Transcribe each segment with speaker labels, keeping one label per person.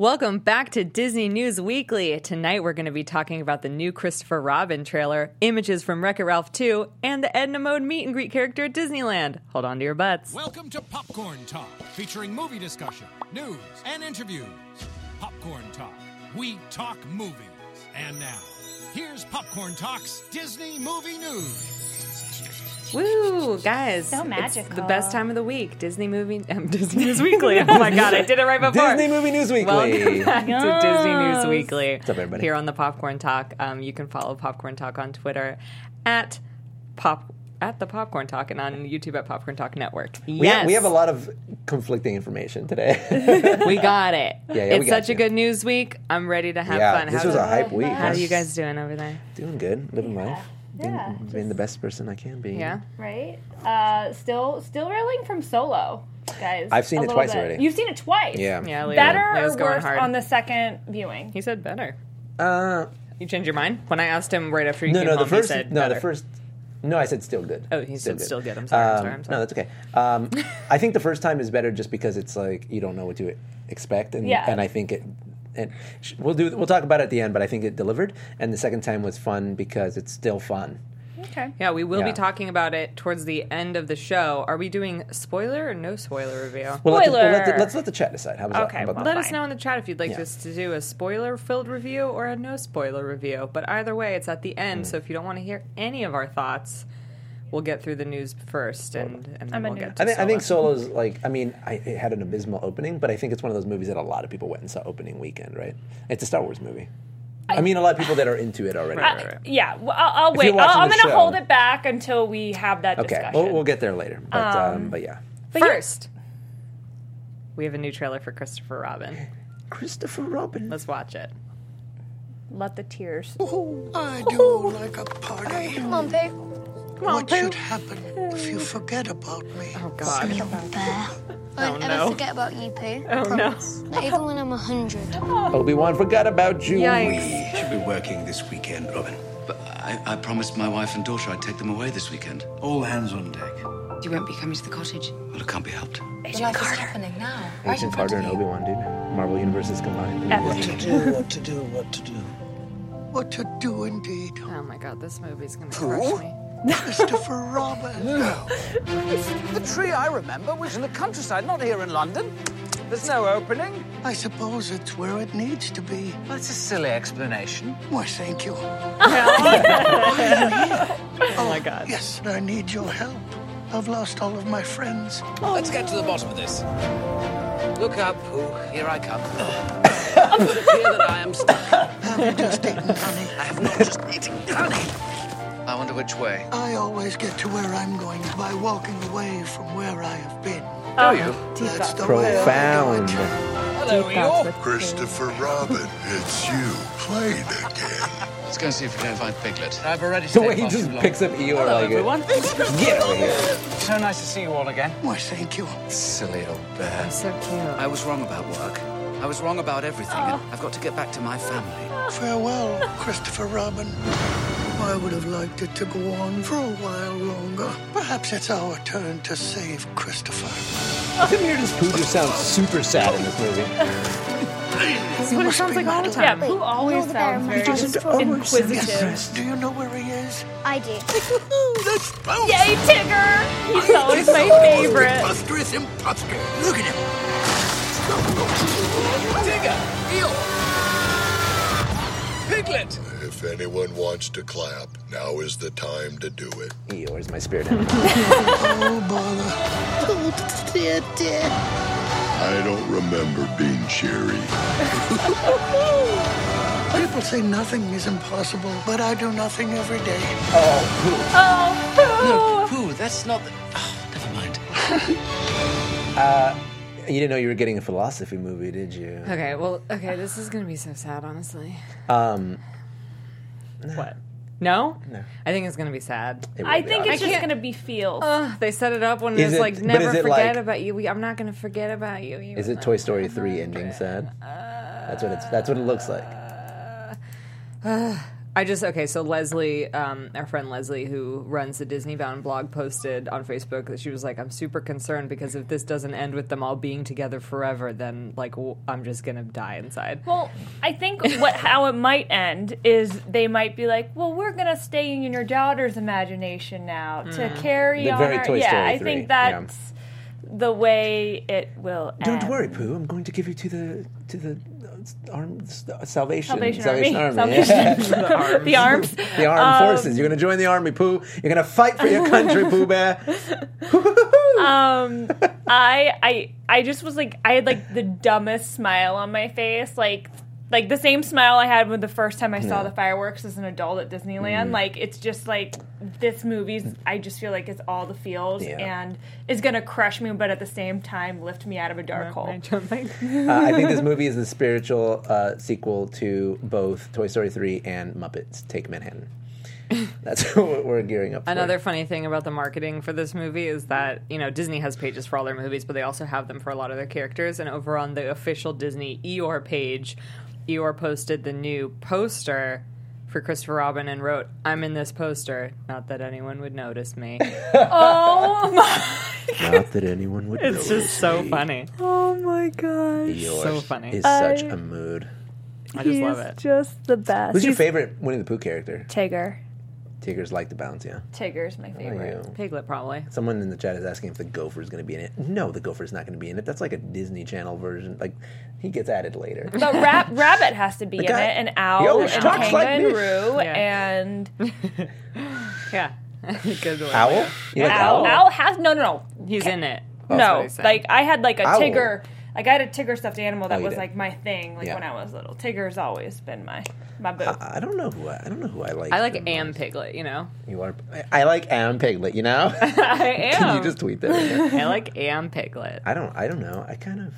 Speaker 1: Welcome back to Disney News Weekly. Tonight we're going to be talking about the new Christopher Robin trailer, images from Wreck It Ralph 2, and the Edna Mode meet and greet character at Disneyland. Hold on to your butts.
Speaker 2: Welcome to Popcorn Talk, featuring movie discussion, news, and interviews. Popcorn Talk, we talk movies. And now, here's Popcorn Talk's Disney Movie News.
Speaker 1: Woo, guys.
Speaker 3: So
Speaker 1: It's the
Speaker 3: magical.
Speaker 1: best time of the week. Disney movie um, Disney News Weekly. Oh my god, I did it right before.
Speaker 4: Disney Movie News
Speaker 1: Welcome
Speaker 4: Weekly.
Speaker 1: back to Disney News Weekly. What's
Speaker 4: up, everybody?
Speaker 1: Here on the Popcorn Talk, um, you can follow Popcorn Talk on Twitter at pop at the Popcorn Talk and on YouTube at Popcorn Talk Network. Yes,
Speaker 4: We, we have a lot of conflicting information today.
Speaker 1: We got it.
Speaker 4: Yeah, yeah, we
Speaker 1: it's
Speaker 4: got
Speaker 1: such a
Speaker 4: you.
Speaker 1: good news week. I'm ready to have
Speaker 4: yeah,
Speaker 1: fun.
Speaker 4: this
Speaker 1: how
Speaker 4: was
Speaker 1: do,
Speaker 4: a hype week.
Speaker 1: how are you guys doing over there?
Speaker 4: doing? Good, living life, being,
Speaker 3: Yeah,
Speaker 4: being the best person I can be.
Speaker 1: Yeah.
Speaker 3: Right? Uh, still, still reeling from Solo, guys.
Speaker 4: I've seen
Speaker 3: a
Speaker 4: it
Speaker 3: little
Speaker 4: twice already.
Speaker 3: You've seen it twice.
Speaker 4: yeah,
Speaker 1: Yeah, Leo.
Speaker 3: Better
Speaker 1: Leo's
Speaker 3: or
Speaker 1: going
Speaker 3: worse
Speaker 1: hard.
Speaker 3: on the second viewing?
Speaker 1: He said better.
Speaker 4: Uh,
Speaker 1: You changed your mind when I asked him right after you
Speaker 4: no,
Speaker 1: came
Speaker 4: no,
Speaker 1: home.
Speaker 4: the first,
Speaker 1: he said
Speaker 4: no,
Speaker 1: better.
Speaker 4: the first, no, I said still good.
Speaker 1: Oh, he said still good. I'm sorry, I'm sorry, I'm
Speaker 4: Um,
Speaker 1: sorry.
Speaker 4: No, that's okay. Um, I think the first time is better just because it's like you don't know what to expect, and
Speaker 3: Yeah.
Speaker 4: and I think it. And sh- we'll do. We'll talk about it at the end, but I think it delivered. And the second time was fun because it's still fun.
Speaker 3: Okay.
Speaker 1: Yeah, we will be
Speaker 4: Yeah.
Speaker 1: talking about it towards the end of the show. Are we doing spoiler or no spoiler review?
Speaker 4: We'll let the- we'll let the-
Speaker 3: Spoiler.
Speaker 4: let's let the chat decide. How was
Speaker 3: Okay,
Speaker 4: That? How about
Speaker 3: well,
Speaker 4: that?
Speaker 1: Let us
Speaker 3: fine.
Speaker 1: know in the chat if you'd like
Speaker 4: Yeah.
Speaker 1: us to do a spoiler filled review or a no spoiler review. But either way, it's at the
Speaker 4: Mm.
Speaker 1: end, so if you don't want to hear any of our thoughts, we'll get through the news first and, and then
Speaker 3: I'm a
Speaker 1: we'll
Speaker 3: noob.
Speaker 1: get to
Speaker 4: I think, I think
Speaker 1: Solo.
Speaker 4: Solo's like I mean I, it had an abysmal opening, but I think it's one of those movies that a lot of people went and saw opening weekend, right? It's a Star Wars movie. I, mean, a lot of people that are into it already.
Speaker 1: Right,
Speaker 3: Uh,
Speaker 1: right, right.
Speaker 3: Yeah, well, I'll, I'll
Speaker 4: you're
Speaker 3: wait.
Speaker 4: watching
Speaker 3: I'll, I'm
Speaker 4: the
Speaker 3: going to
Speaker 4: show-
Speaker 3: hold it back until we have that
Speaker 4: Okay,
Speaker 3: discussion.
Speaker 4: we'll, we'll get there later, but um, but yeah,
Speaker 1: First, we have a new trailer for Christopher Robin.
Speaker 4: Christopher Robin.
Speaker 1: Let's watch it.
Speaker 3: Let the tears.
Speaker 5: I do like a party. Come on, Pig. What should happen if you forget about me?
Speaker 1: Oh, God.
Speaker 6: You're a bear. I won't
Speaker 1: Oh, no.
Speaker 6: ever forget about you, Pooh.
Speaker 1: Oh, no.
Speaker 6: Not even when I'm a hundred.
Speaker 4: Obi Wan forgot about you.
Speaker 1: Yikes.
Speaker 7: Should be working this weekend, Robin.
Speaker 8: But I, I promised my wife and daughter I'd take them away this weekend.
Speaker 7: All hands on deck.
Speaker 9: You won't be coming to the cottage.
Speaker 8: Well, it can't be helped.
Speaker 9: The life is happening now. Right in
Speaker 4: Agent
Speaker 9: front
Speaker 4: Carter
Speaker 9: of
Speaker 4: and
Speaker 9: you.
Speaker 4: Obi Wan, dude. Marvel universes combined.
Speaker 7: What to do, what to do, what to do.
Speaker 5: What to do indeed.
Speaker 1: Oh, my God. This movie's going to crush me.
Speaker 5: Christopher Robin.
Speaker 10: The tree I remember was in the countryside, not here in London. There's no opening.
Speaker 5: I suppose it's where it needs to be.
Speaker 10: That's a silly explanation.
Speaker 5: Why, thank you.
Speaker 1: Oh, my God.
Speaker 5: Yes, I need your help. I've lost all of my friends.
Speaker 10: Oh, Let's get to the bottom of this. Look up, Pooh. Here I come. it would appear that I am stuck.
Speaker 5: I've just eaten honey.
Speaker 10: I have not just eaten honey. I wonder which way.
Speaker 5: I always get to where I'm going by walking away from where I have been.
Speaker 10: Oh, you?
Speaker 5: That's the way I
Speaker 4: Profound.
Speaker 5: do it.
Speaker 10: Hello, Eeyore.
Speaker 7: Christopher Robin, it's you. Play the game.
Speaker 8: Let's go and see if we can find Piglet.
Speaker 10: I've already
Speaker 4: The
Speaker 10: stayed
Speaker 4: way he
Speaker 10: far too
Speaker 4: just
Speaker 10: long.
Speaker 4: picks up Eeyore
Speaker 10: Hello,
Speaker 4: like
Speaker 10: everyone.
Speaker 4: it. Get over here.
Speaker 10: so nice to see you all again.
Speaker 5: Why, thank you.
Speaker 8: Silly old
Speaker 1: He's
Speaker 8: bear.
Speaker 1: so cute.
Speaker 10: I was wrong about work. I was wrong about everything. I've got to get back to my family.
Speaker 5: Farewell, Christopher Robin. I would have liked it to go on for a while longer. Perhaps it's our turn to save Christopher.
Speaker 4: Didn't hear this Pooh just sounds super sad in this movie.
Speaker 1: That's what it sounds like all the
Speaker 3: Yeah,
Speaker 1: time.
Speaker 3: who
Speaker 6: You're
Speaker 3: always
Speaker 6: the bear
Speaker 3: sounds
Speaker 6: in my
Speaker 3: very
Speaker 6: house.
Speaker 3: inquisitive.
Speaker 5: Do you know where he is?
Speaker 6: I do.
Speaker 5: That's bounce.
Speaker 3: Yay, Tigger! He's always my favorite.
Speaker 5: Preposterous imposter. Look at him.
Speaker 10: Piglet!
Speaker 7: If anyone wants to clap, now is the time to do it.
Speaker 4: Eeyore's my spirit animal.
Speaker 5: Oh, bother. Oh, dear, dear.
Speaker 7: I don't remember being cheery.
Speaker 5: People say nothing is impossible, but I do nothing every day.
Speaker 3: Oh,
Speaker 10: Pooh, that's not the... Oh, never mind.
Speaker 4: You didn't know you were getting a philosophy movie, did you?
Speaker 1: Okay, well, okay, this is going to be so sad, honestly.
Speaker 4: Um,
Speaker 1: What? No? No. I think it's going to be sad.
Speaker 4: it
Speaker 3: poo!
Speaker 4: will
Speaker 3: I
Speaker 4: be
Speaker 3: think
Speaker 4: awesome.
Speaker 3: it's
Speaker 1: I
Speaker 3: just
Speaker 1: can't-
Speaker 3: going to be feels.
Speaker 1: Ugh, they set it up when
Speaker 4: Is
Speaker 1: it's
Speaker 4: it-
Speaker 1: like
Speaker 4: but
Speaker 1: never
Speaker 4: is it
Speaker 1: forget
Speaker 4: like-
Speaker 1: about you. We, I'm not going to forget about you. you
Speaker 4: Is it Toy Story three ending sad? That's what it's. That's what it looks like.
Speaker 1: I just okay. So Leslie, um, our friend Leslie, who runs the Disney Bound blog, posted on Facebook that she was like, "I'm super concerned because if this doesn't end with them all being together forever, then like w- I'm just gonna die inside."
Speaker 11: Well, I think what how it might end is they might be like, "Well, we're gonna stay in your daughter's imagination now to
Speaker 4: Mm.
Speaker 11: carry
Speaker 4: The
Speaker 11: on."
Speaker 4: very
Speaker 11: our,
Speaker 4: Toy
Speaker 11: yeah,
Speaker 4: Story
Speaker 11: I
Speaker 4: 3, yeah.
Speaker 11: think that's the way it will.
Speaker 4: Don't
Speaker 11: end.
Speaker 4: worry, Pooh. I'm going to give you to the to the uh, armed s- salvation
Speaker 11: Salvation Army.
Speaker 4: yeah.
Speaker 11: Salvation- the arms.
Speaker 4: the armed
Speaker 3: Um,
Speaker 4: forces. You're going to join the army, Pooh. You're going to fight for your country, Pooh Bear.
Speaker 11: um i i i just was like i had like the dumbest smile on my face like like the same smile i had when the first time i saw the fireworks as an adult at
Speaker 4: Mm.
Speaker 11: disneyland like it's just like this movie's i just feel like it's all the feels
Speaker 4: Yeah.
Speaker 11: and is gonna crush me but at the same time lift me out of a dark hole
Speaker 4: Uh, I think this movie is the spiritual uh, sequel to both Toy Story 3 and Muppets Take Manhattan. That's what we're gearing up for.
Speaker 1: Another funny thing about the marketing for this movie is that, you know, Disney has pages for all their movies, but they also have them for a lot of their characters. And over on the official Disney Eeyore page, Eeyore posted the new poster for Christopher Robin and wrote, I'm in this poster. Not that anyone would notice me.
Speaker 11: oh my
Speaker 4: Not that anyone would
Speaker 1: It's just so funny.
Speaker 11: oh my gosh
Speaker 4: Yours
Speaker 1: so funny.
Speaker 4: is such
Speaker 1: Uh,
Speaker 4: a mood.
Speaker 1: I just love it.
Speaker 11: just the best
Speaker 4: Who's your favorite Winnie the Pooh character?
Speaker 11: tigger
Speaker 4: Tigers like to bounce, yeah.
Speaker 11: tigger's
Speaker 4: Oh,
Speaker 11: my favorite
Speaker 1: Piglet, probably.
Speaker 4: Someone in the chat is asking if the gopher's going to be in it. No, the gopher's not going to be in it. That's like a Disney Channel version. Like, he gets added later.
Speaker 11: But rab- rabbit has to be in
Speaker 4: guy-
Speaker 11: it, and
Speaker 4: He
Speaker 11: owl,
Speaker 4: always
Speaker 11: and
Speaker 4: talks like
Speaker 11: kangaroo,
Speaker 1: Yeah.
Speaker 11: and
Speaker 1: Yeah. Good one.
Speaker 4: Owl? You like
Speaker 11: owl. Owl has no, no, no,
Speaker 1: He's in it.
Speaker 4: Oh.
Speaker 1: what
Speaker 11: no.
Speaker 1: he's saying.
Speaker 11: Like I had like a
Speaker 4: Owl.
Speaker 11: tigger, like I had a tigger stuffed animal
Speaker 4: Oh,
Speaker 11: that
Speaker 4: you
Speaker 11: was
Speaker 4: did.
Speaker 11: like my thing, like
Speaker 4: Yeah. Uh,
Speaker 11: when I was little. Tigger's always been my my boo.
Speaker 4: I don't know who I, I don't know who I like.
Speaker 1: I like
Speaker 4: the most.
Speaker 1: Am Piglet, you know?
Speaker 4: You are. I, I like Am Piglet. You know.
Speaker 1: I
Speaker 4: Can
Speaker 1: am.
Speaker 4: you just tweet that? right now?
Speaker 1: I like Am Piglet.
Speaker 4: I don't. I don't know. I kind of.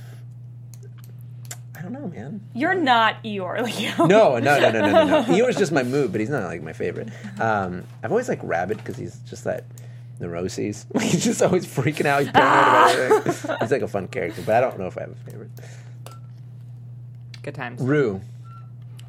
Speaker 4: I don't know, man.
Speaker 11: You're not Eeyore, Leo.
Speaker 4: No, no, no, no, no, no. no. Eeyore's just my mood, but he's not like my favorite. Um, I've always liked Rabbit because he's just that neuroses. he's just always freaking out. He's paranoid about everything. He's like a fun character, but I don't know if I have a favorite.
Speaker 1: Good times.
Speaker 4: Rue.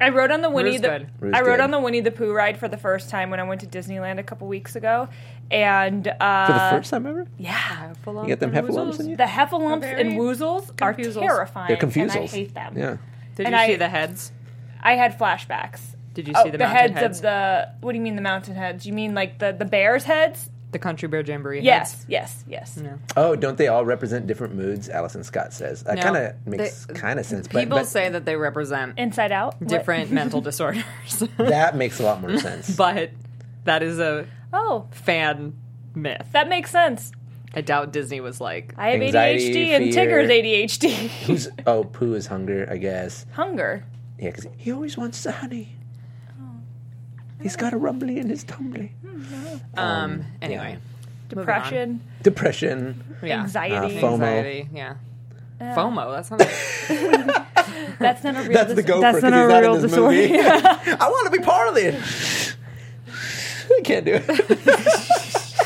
Speaker 11: I rode on the Winnie
Speaker 1: Roo's
Speaker 11: the
Speaker 1: good.
Speaker 4: Roo's
Speaker 11: I rode
Speaker 4: good.
Speaker 11: on the Winnie the Pooh ride for the first time when I went to Disneyland a couple weeks ago, and
Speaker 4: For the
Speaker 11: uh,
Speaker 4: first time ever,
Speaker 11: yeah,
Speaker 4: you get them heffalumps in you.
Speaker 11: the heffalumps
Speaker 1: Very
Speaker 11: and woozles are
Speaker 1: confusals.
Speaker 11: terrifying.
Speaker 4: They're confusals.
Speaker 11: And I hate them.
Speaker 4: Yeah.
Speaker 1: Did
Speaker 11: And
Speaker 1: you see
Speaker 11: I-
Speaker 1: the heads?
Speaker 11: I had flashbacks.
Speaker 1: Did you see
Speaker 11: Oh,
Speaker 1: the,
Speaker 11: the,
Speaker 1: mountain
Speaker 11: heads,
Speaker 1: heads,
Speaker 11: of the. What do you mean the mountain heads? You mean like the the bears' heads?
Speaker 1: The Country Bear Jamboree.
Speaker 11: Yes, yes, yes.
Speaker 4: Oh, don't they all represent different moods? Allison Scott says that
Speaker 1: No.
Speaker 4: kind of makes
Speaker 1: They-
Speaker 4: kind of sense. But,
Speaker 1: People
Speaker 4: but
Speaker 1: say that they represent
Speaker 11: Inside out. What-
Speaker 1: different mental disorders,
Speaker 4: that makes a lot more sense.
Speaker 1: but that is a
Speaker 11: Oh,
Speaker 1: fan myth.
Speaker 11: that makes sense.
Speaker 1: I doubt Disney was like,
Speaker 11: I have
Speaker 4: Anxiety,
Speaker 11: ADHD and
Speaker 4: fear.
Speaker 11: Tigger's ADHD.
Speaker 4: Who's oh poo is hunger, I guess.
Speaker 11: Hunger.
Speaker 4: Yeah, 'cause he always wants the honey. He's got a rumbly in his tumbly.
Speaker 1: um, anyway. Moving on.
Speaker 11: Depression.
Speaker 4: Depression,
Speaker 1: Yeah.
Speaker 11: Anxiety.
Speaker 4: Uh, FOMO.
Speaker 1: Anxiety. Yeah. FOMO. That's not
Speaker 11: That's not a real.
Speaker 4: That's the
Speaker 11: dis-
Speaker 4: gopher
Speaker 11: That's
Speaker 4: 'cause
Speaker 11: not a
Speaker 4: he's not in
Speaker 11: real
Speaker 4: this
Speaker 11: disorder.
Speaker 4: movie. I want to be part of this. I can't do it.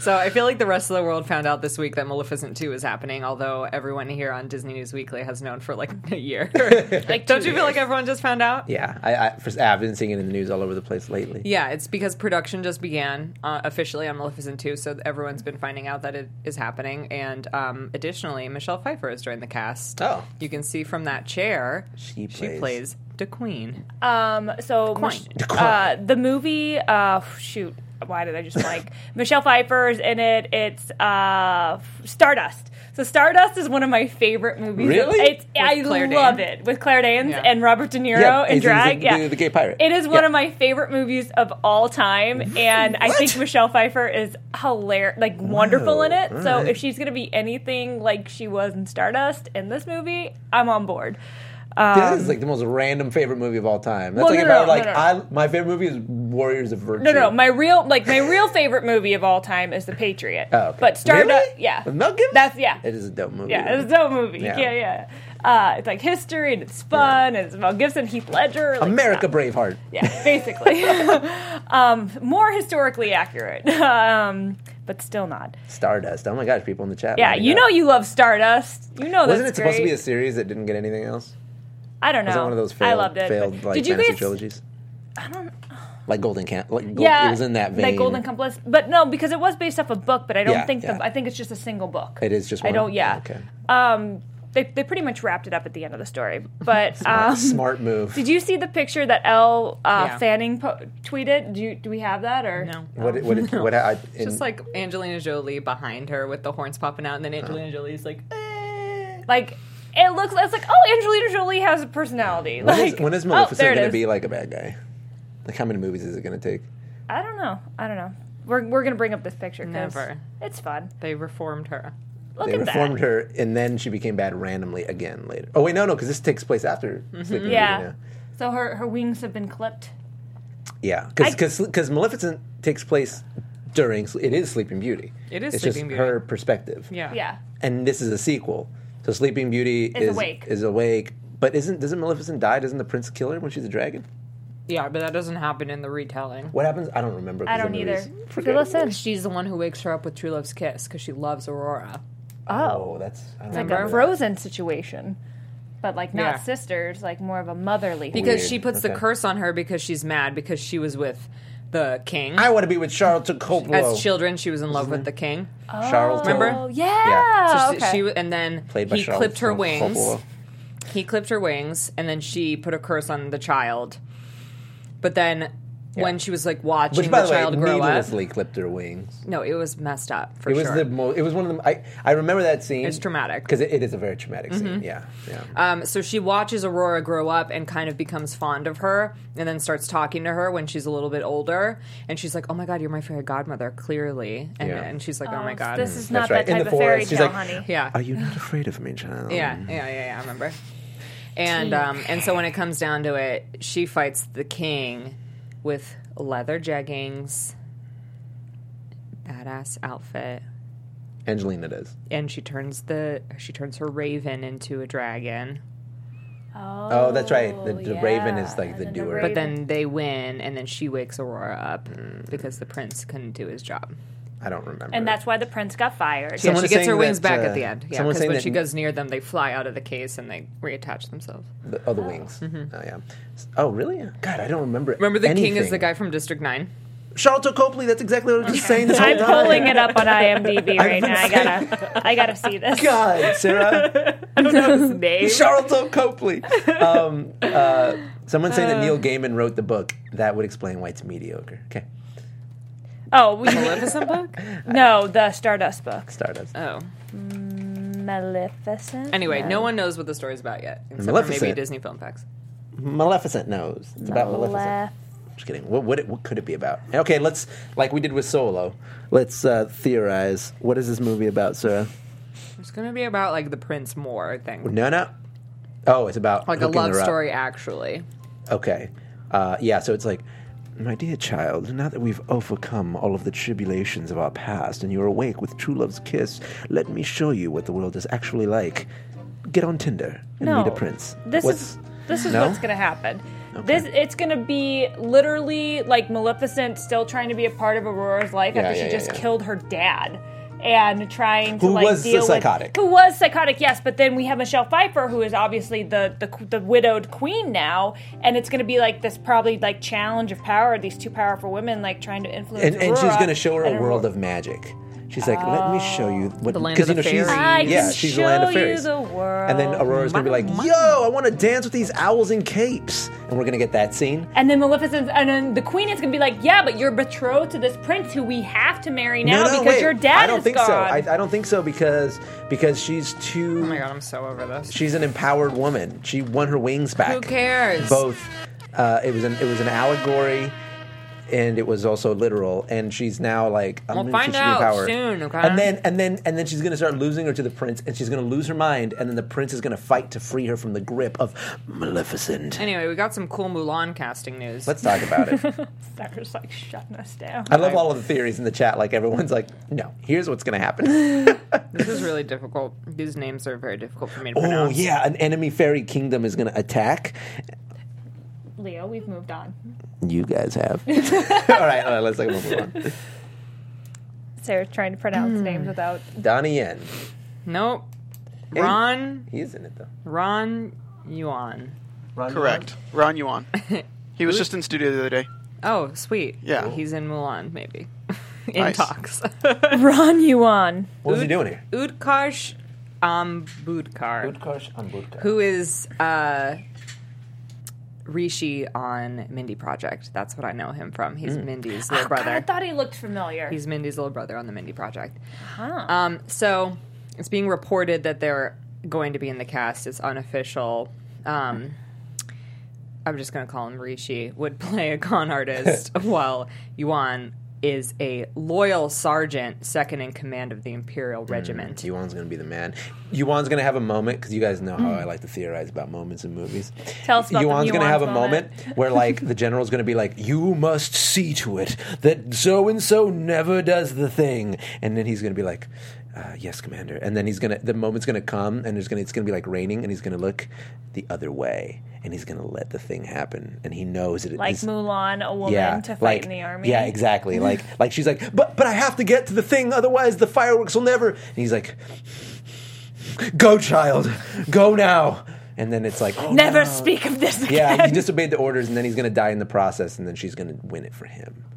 Speaker 1: So I feel like the rest of the world found out this week that Maleficent 2 is happening, although everyone here on Disney News Weekly has known for like a year. like, don't you feel like everyone just found out?
Speaker 4: Yeah, I, I, for, ah, I've been seeing it in the news all over the place lately.
Speaker 1: Yeah, it's because production just began uh, officially on Maleficent 2, so everyone's been finding out that it is happening. And um, additionally, Michelle Pfeiffer has joined the cast.
Speaker 4: Oh.
Speaker 1: You can see from that chair, she
Speaker 4: She plays-
Speaker 1: plays the queen.
Speaker 11: Um. So
Speaker 1: Coin.
Speaker 11: uh, the movie. Uh. Shoot. Why did I just like Michelle Pfeiffer's in it? It's uh Stardust. So Stardust is one of my favorite movies.
Speaker 4: Really?
Speaker 11: It's I
Speaker 1: Claire
Speaker 11: love
Speaker 1: Danes?
Speaker 11: it with Claire Danes
Speaker 1: Yeah.
Speaker 11: and Robert De Niro
Speaker 4: Yeah,
Speaker 11: and
Speaker 4: he's- he's
Speaker 11: drag.
Speaker 4: the-
Speaker 11: yeah,
Speaker 4: the- the gay pirate.
Speaker 11: It is one
Speaker 4: Yeah.
Speaker 11: of my favorite movies of all time, and I think Michelle Pfeiffer is hilarious, like wonderful in it.
Speaker 4: all
Speaker 11: So
Speaker 4: right.
Speaker 11: if she's gonna be anything like she was in Stardust in this movie, I'm on board.
Speaker 4: this is like the most random favorite movie of all time. That's
Speaker 11: um, Well,
Speaker 4: like
Speaker 11: no,
Speaker 4: if
Speaker 11: no,
Speaker 4: I were
Speaker 11: no,
Speaker 4: like,
Speaker 11: no,
Speaker 4: I, my favorite movie is Warriors of Virtue.
Speaker 11: No, no, my real like my real favorite movie of all time is The Patriot.
Speaker 4: Oh, okay.
Speaker 11: But Stardust,
Speaker 4: Really?
Speaker 11: yeah,
Speaker 4: With Mel Gibson?
Speaker 11: That's yeah,
Speaker 4: It is a dope movie.
Speaker 11: yeah, it's a dope movie.
Speaker 4: Yeah.
Speaker 11: Yeah, yeah. Uh, it's like history and it's fun and it's Mel Gibson, Heath Ledger. like,
Speaker 4: America
Speaker 11: yeah.
Speaker 4: Braveheart.
Speaker 11: Yeah, basically, um, more historically accurate, um, but still not.
Speaker 4: Stardust. Oh my gosh, people in the chat.
Speaker 11: Yeah,
Speaker 4: lighting
Speaker 11: you
Speaker 4: up.
Speaker 11: know you love Stardust. You know
Speaker 4: Wasn't it
Speaker 11: that's
Speaker 4: supposed to be
Speaker 11: great.
Speaker 4: a series that didn't get anything else?
Speaker 11: I don't know.
Speaker 4: Was it one of those
Speaker 11: I
Speaker 4: failed,
Speaker 11: loved it. but
Speaker 4: failed like
Speaker 11: did you
Speaker 4: fantasy
Speaker 11: guys
Speaker 4: trilogies?
Speaker 11: I don't.
Speaker 4: Like Golden Camp. Like Gold,
Speaker 11: yeah,
Speaker 4: it was in that vein.
Speaker 11: Like Golden Compass, but no, because it was based off a book. But I don't
Speaker 4: Yeah,
Speaker 11: think the,
Speaker 4: yeah.
Speaker 11: I think it's just a single book.
Speaker 4: It is just
Speaker 11: I
Speaker 4: one?
Speaker 11: don't. Yeah.
Speaker 4: Okay.
Speaker 11: Um, they they pretty much wrapped it up at the end of the story. But um,
Speaker 4: Smart move.
Speaker 11: Did you see the picture that Elle uh,
Speaker 1: Yeah.
Speaker 11: Fanning po- tweeted? Do you, do we have that or no?
Speaker 4: What? It, what? It, what? I, in,
Speaker 1: Just like Angelina Jolie behind her with the horns popping out, and then Angelina Jolie's like,
Speaker 11: Like it looks. It's like oh, Angelina Jolie has a personality.
Speaker 4: when is-
Speaker 11: like
Speaker 4: when is
Speaker 11: oh,
Speaker 4: Maleficent
Speaker 11: there it
Speaker 4: going to
Speaker 11: is.
Speaker 4: be like a bad guy? Like how many movies is it going to take?
Speaker 11: I don't know. I don't know. We're we're gonna bring up this picture. 'cause
Speaker 1: Never.
Speaker 11: It's fun.
Speaker 1: they reformed her.
Speaker 11: Look
Speaker 4: they
Speaker 11: at
Speaker 4: reformed
Speaker 11: that.
Speaker 4: her, and then she became bad randomly again later. Oh wait, no, no, because this takes place after. Sleeping
Speaker 11: Mm-hmm. Yeah.
Speaker 4: Beauty,
Speaker 11: So her her wings have been clipped.
Speaker 4: yeah,
Speaker 11: I-
Speaker 4: because because Maleficent takes place during Sle- it is Sleeping Beauty.
Speaker 1: It is
Speaker 4: It's
Speaker 1: Sleeping
Speaker 4: just
Speaker 1: Beauty.
Speaker 4: her perspective.
Speaker 1: Yeah.
Speaker 11: Yeah.
Speaker 4: and this is a sequel. So Sleeping Beauty is
Speaker 11: awake.
Speaker 4: Is awake, but isn't doesn't Maleficent die? Doesn't the prince kill her when she's a dragon?
Speaker 1: Yeah, but that doesn't happen in the retelling.
Speaker 4: What happens? I don't remember. 'cause
Speaker 11: I
Speaker 4: the
Speaker 11: don't either.
Speaker 4: movies-
Speaker 11: Good listen.
Speaker 1: She's the one who wakes her up with True Love's kiss because she loves Aurora.
Speaker 11: Oh,
Speaker 4: Oh, that's I don't
Speaker 11: like
Speaker 4: remember
Speaker 11: a
Speaker 4: that.
Speaker 11: frozen situation, but like not
Speaker 1: Yeah.
Speaker 11: sisters, like more of a motherly. thing.
Speaker 1: Because
Speaker 4: Weird.
Speaker 1: she puts the
Speaker 4: Okay.
Speaker 1: curse on her because she's mad because she was with the king.
Speaker 4: I Mm-hmm. want to be with Charlton Copley.
Speaker 1: As children, she was in love with the king.
Speaker 4: Charlton.
Speaker 11: Oh
Speaker 1: Remember?
Speaker 11: yeah.
Speaker 1: So
Speaker 11: yeah.
Speaker 1: she,
Speaker 11: okay.
Speaker 1: she and then
Speaker 4: Played by
Speaker 1: he
Speaker 4: Charlton
Speaker 1: clipped her wings.
Speaker 4: Copley.
Speaker 1: He clipped her wings, and then she put a curse on the child. But then, when she was like watching
Speaker 4: Which, by the,
Speaker 1: child
Speaker 4: way,
Speaker 1: grow
Speaker 4: needlessly clipped her wings.
Speaker 1: up, no, it was messed up for
Speaker 4: It was
Speaker 1: sure.
Speaker 4: the mo- It was one of the. I, I remember that scene.
Speaker 1: It's traumatic. Mm-hmm.
Speaker 4: because it is a very traumatic scene. Yeah, yeah.
Speaker 1: Um, so she watches Aurora grow up and kind of becomes fond of her, and then starts talking to her when she's a little bit older. And she's like, "Oh my god, you're my fairy godmother, clearly." And,
Speaker 4: Yeah.
Speaker 1: and she's like, "Oh my god,
Speaker 11: This is
Speaker 4: That's
Speaker 11: not
Speaker 4: right.
Speaker 11: that
Speaker 4: In
Speaker 11: type
Speaker 4: the
Speaker 11: of fairy
Speaker 4: forest, she's
Speaker 11: tale,
Speaker 4: like-
Speaker 11: honey.
Speaker 1: yeah,
Speaker 4: Are you not afraid of me, child?
Speaker 1: yeah, yeah, yeah, yeah." I remember. And um, and so when it comes down to it, she fights the king with leather jeggings, badass outfit,
Speaker 4: Angelina does.
Speaker 1: and she turns the she turns her raven into a dragon.
Speaker 4: Oh, that's right. The, the Raven is like the
Speaker 11: then the
Speaker 4: doer.
Speaker 1: But then they win, and then she wakes Aurora up
Speaker 4: Mm.
Speaker 1: because the prince couldn't do his job.
Speaker 4: I don't remember.
Speaker 11: And that's why the prince got fired.
Speaker 1: Yeah,
Speaker 4: Someone
Speaker 1: she
Speaker 4: is
Speaker 1: gets her
Speaker 4: saying
Speaker 1: wings
Speaker 4: that,
Speaker 1: back
Speaker 4: uh,
Speaker 1: at the end. Yeah,
Speaker 4: someone's
Speaker 1: because
Speaker 4: saying
Speaker 1: when
Speaker 4: that-
Speaker 1: she goes near them, they fly out of the case and they reattach themselves.
Speaker 4: the, oh, the wings. Oh yeah. Oh really? God, I don't remember.
Speaker 1: Remember, the king is
Speaker 4: anything.
Speaker 1: the guy from District Nine.
Speaker 4: Charlton Copley. That's exactly what I was just saying. This whole
Speaker 11: I'm
Speaker 4: time.
Speaker 11: pulling it up on IMDb right
Speaker 4: been
Speaker 11: now. I gotta, I gotta see this.
Speaker 4: God, Sarah.
Speaker 11: I don't know his name.
Speaker 4: Charlton Copley. Um, uh, someone saying that Neil Gaiman wrote the book. That would explain why it's mediocre. Okay,
Speaker 11: Oh, we mean,
Speaker 1: Maleficent book.
Speaker 11: no, the Stardust books.
Speaker 4: Stardust.
Speaker 1: Oh,
Speaker 11: Maleficent.
Speaker 1: anyway, no one knows what the story's about yet, except for maybe
Speaker 4: Maleficent.
Speaker 1: Disney film facts.
Speaker 4: Maleficent knows. It's about Maleficent.
Speaker 11: Malef-
Speaker 4: Just kidding. What, what, what could it be about? Okay, let's like we did with Solo. Let's uh, theorize. What is this movie about, Sarah?
Speaker 1: It's going to be about like the prince more thing,
Speaker 4: No, no. Oh, it's about
Speaker 1: like a
Speaker 4: hooking
Speaker 1: love
Speaker 4: her up.
Speaker 1: story. Actually,
Speaker 4: Okay. Uh, yeah, so it's like, my dear child, now that we've overcome all of the tribulations of our past and you're awake with true love's kiss, let me show you what the world is actually like. Get on Tinder and
Speaker 11: No.
Speaker 4: meet a prince.
Speaker 11: This
Speaker 4: What's-
Speaker 11: is this is
Speaker 4: No?
Speaker 11: what's gonna happen. This it's gonna be literally like Maleficent still trying to be a part of Aurora's life
Speaker 4: Yeah,
Speaker 11: after she
Speaker 4: yeah, yeah,
Speaker 11: just
Speaker 4: yeah.
Speaker 11: killed her dad and trying to
Speaker 4: Who
Speaker 11: like
Speaker 4: was
Speaker 11: deal
Speaker 4: psychotic.
Speaker 11: With, who was psychotic? Yes, but then we have Michelle Pfeiffer who is obviously the the, the widowed queen now, and it's gonna be like this probably like challenge of power. These two powerful women like trying to influence
Speaker 4: and, and she's
Speaker 11: Aurora,
Speaker 4: going to show her
Speaker 11: and
Speaker 4: a world of magic. She's like, let me show you what
Speaker 1: The land
Speaker 4: because you
Speaker 1: of
Speaker 4: know
Speaker 1: the
Speaker 4: she's
Speaker 1: fairies.
Speaker 11: I
Speaker 4: yeah
Speaker 11: can
Speaker 4: she's
Speaker 11: show
Speaker 4: the land of
Speaker 11: you
Speaker 4: fairies.
Speaker 11: the world.
Speaker 4: And then Aurora's gonna be like, yo, I want to dance with these owls in capes, and we're gonna get that scene.
Speaker 11: And then Maleficent, and then the Queen is gonna be like, "Yeah, but you're betrothed to this prince who we have to marry now because
Speaker 4: wait.
Speaker 11: your dad
Speaker 4: I don't
Speaker 11: is
Speaker 4: think
Speaker 11: gone."
Speaker 4: so. I, I don't think so because because she's too.
Speaker 1: oh my god, I'm so over this.
Speaker 4: She's an empowered woman. She won her wings back.
Speaker 1: Who cares?
Speaker 4: Both. Uh, it was an it was an allegory, and it was also literal. And she's now like I'm
Speaker 1: We'll
Speaker 4: gonna
Speaker 1: find
Speaker 4: teach you
Speaker 1: out
Speaker 4: power.
Speaker 1: soon, okay?
Speaker 4: And then and then and then she's gonna start losing her to the prince, and she's gonna lose her mind, and then the prince is gonna fight to free her from the grip of Maleficent.
Speaker 1: Anyway, we got some cool Mulan casting news.
Speaker 4: Let's talk about it.
Speaker 11: Sarah's like shutting us down.
Speaker 4: I love all of the theories in the chat. Like everyone's like, no, here's what's gonna happen.
Speaker 1: this is really difficult. These names are very difficult for me to
Speaker 4: oh
Speaker 1: pronounce.
Speaker 4: yeah, an enemy fairy kingdom is gonna attack.
Speaker 11: Leo, we've moved on.
Speaker 4: You guys have. all right, all right. Let's like move on.
Speaker 11: Sarah's trying to pronounce names without.
Speaker 4: Donnie Yen.
Speaker 1: Nope. Ron
Speaker 4: He is in it though.
Speaker 1: Ron Yuan.
Speaker 12: Correct. Ron Yuan. He was just in studio the other day.
Speaker 1: Oh, sweet.
Speaker 12: Yeah.
Speaker 1: He's in Mulan, maybe. in
Speaker 12: Nice.
Speaker 1: talks.
Speaker 11: Ron Yuan.
Speaker 4: What was he doing here?
Speaker 1: Udkarsh Ambudkar.
Speaker 4: Utkarsh Ambudkar.
Speaker 1: Who is uh, Rishi on Mindy Project. That's what I know him from. He's Mindy's little
Speaker 11: God, I
Speaker 1: brother.
Speaker 11: thought he looked familiar.
Speaker 1: He's Mindy's little brother on the Mindy Project.
Speaker 11: Huh.
Speaker 1: Um, so it's being reported that they're going to be in the cast. It's unofficial. Um, I'm just going to call him Rishi. Would play a con artist while Yuan is a loyal sergeant, second in command of the Imperial Regiment.
Speaker 4: Yuan's gonna be the man. Yuan's gonna have a moment because you guys know how I like to theorize about moments in movies.
Speaker 11: Tell us about the
Speaker 4: Yuan's gonna have a
Speaker 11: Yuan's moment.
Speaker 4: moment where like the general's gonna be like, "You must see to it that so and so never does the thing," and then he's gonna be like. Uh, yes, Commander. And then he's gonna. The moment's gonna come, and there's gonna. It's gonna be like raining, and he's gonna look the other way, and he's gonna let the thing happen, and he knows it.
Speaker 11: like
Speaker 4: this-
Speaker 11: Mulan, a woman to fight in the army.
Speaker 4: yeah, exactly. Like, like she's like, but but I have to get to the thing, otherwise the fireworks will never. And he's like, go, child, go now. And then it's like, oh,
Speaker 11: Never
Speaker 4: no.
Speaker 11: speak of this again.
Speaker 4: Yeah, he disobeyed the orders, and then he's gonna die in the process, and then she's gonna win it for him.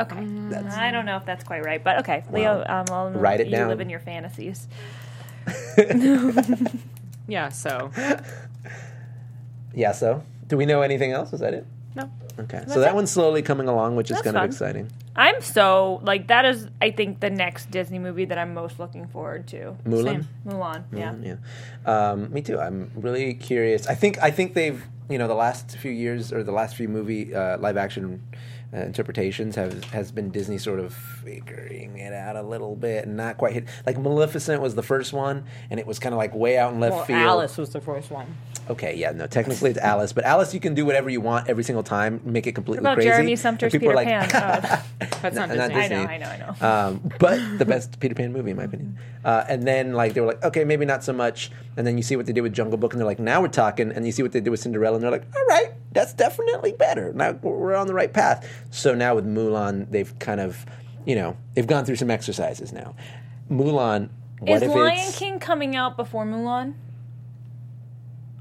Speaker 11: Okay. I don't know if that's quite right, but okay. Leo, um, I'll
Speaker 4: Write it
Speaker 11: you
Speaker 4: down.
Speaker 11: live in your fantasies.
Speaker 1: Yeah, so.
Speaker 4: Yeah. So, do we know anything else? Is that it?
Speaker 11: No.
Speaker 4: Okay.
Speaker 11: That's
Speaker 4: So that
Speaker 11: it.
Speaker 4: one's slowly coming along, which is
Speaker 11: That's
Speaker 4: kind of
Speaker 11: fun.
Speaker 4: exciting.
Speaker 11: I'm so, like, that is, I think, the next Disney movie that I'm most looking forward to.
Speaker 4: Mulan? Same.
Speaker 11: Mulan, yeah.
Speaker 4: Yeah. Um, me too. I'm really curious. I think I think they've you know the last few years or the last few movie uh, live action uh, interpretations have has been Disney sort of figuring it out a little bit and not quite hit. Like Maleficent was the first one, and it was kind of like way out in left
Speaker 1: Well,
Speaker 4: field.
Speaker 1: Alice was the first one.
Speaker 4: Okay, yeah, no, technically it's Alice, but Alice, you can do whatever you want every single time, make it completely
Speaker 11: What about
Speaker 4: crazy.
Speaker 11: Jeremy
Speaker 4: And
Speaker 11: Sumpter's
Speaker 4: people
Speaker 11: Peter
Speaker 4: are like,
Speaker 11: Pan? Oh,
Speaker 1: That's not,
Speaker 4: not
Speaker 1: Disney.
Speaker 4: Disney.
Speaker 11: I know, I know, I know.
Speaker 4: Um, but the best Peter Pan movie, in my opinion. Uh, and then like they were like, okay, maybe not so much. And then you see what they did with Jungle Book, and they're like, now we're talking. And you see what they did with Cinderella, and they're like, all right, that's definitely better. Now we're on the right path. So now with Mulan, they've kind of, you know, they've gone through some exercises now. Mulan, what
Speaker 11: Is
Speaker 4: if
Speaker 11: Lion
Speaker 4: it's?
Speaker 11: King coming out before Mulan?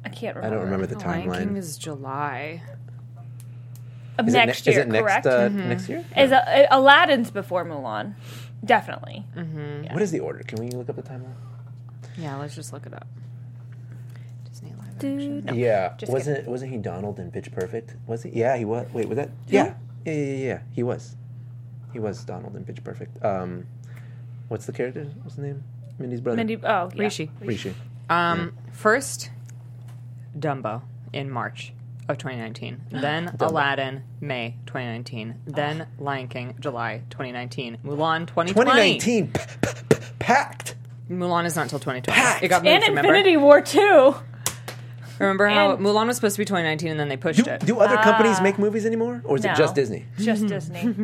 Speaker 11: I can't
Speaker 4: I
Speaker 11: remember.
Speaker 4: don't remember the timeline.
Speaker 1: Lion King is July.
Speaker 11: Of
Speaker 4: Is it ne-
Speaker 11: next
Speaker 4: is
Speaker 11: year,
Speaker 4: it next,
Speaker 11: correct?
Speaker 4: uh,
Speaker 1: Mm-hmm.
Speaker 4: next year?
Speaker 11: Is uh, Aladdin's before Mulan? Definitely.
Speaker 1: Mm-hmm.
Speaker 4: What is the order? Can we look up the timeline?
Speaker 1: Yeah, let's just look it up. Disney Live.
Speaker 11: Dude, no.
Speaker 4: yeah,
Speaker 11: just
Speaker 4: wasn't wasn't he Donald in Pitch Perfect? Was he? Yeah, he was. Wait, was that? Yeah, yeah, yeah, yeah. yeah. He was. He was Donald in Pitch Perfect. Um, what's the character? What's the name? Mindy's brother.
Speaker 11: Mindy, oh, yeah.
Speaker 1: Rishi.
Speaker 4: Rishi.
Speaker 1: Um, First, Dumbo in March of 2019. Then Aladdin, May 2019. Then Lion King, July 2019. Mulan, 2020.
Speaker 4: 2019 p- p- p- packed.
Speaker 1: Mulan is not until 2020. It got moved,
Speaker 11: And
Speaker 1: remember?
Speaker 11: Infinity War 2.
Speaker 1: Remember how
Speaker 11: and-
Speaker 1: Mulan was supposed to be 2019 and then they pushed
Speaker 4: Do,
Speaker 1: it?
Speaker 4: do other companies make movies anymore, or is
Speaker 11: No.
Speaker 4: it just Disney?
Speaker 11: Just Disney.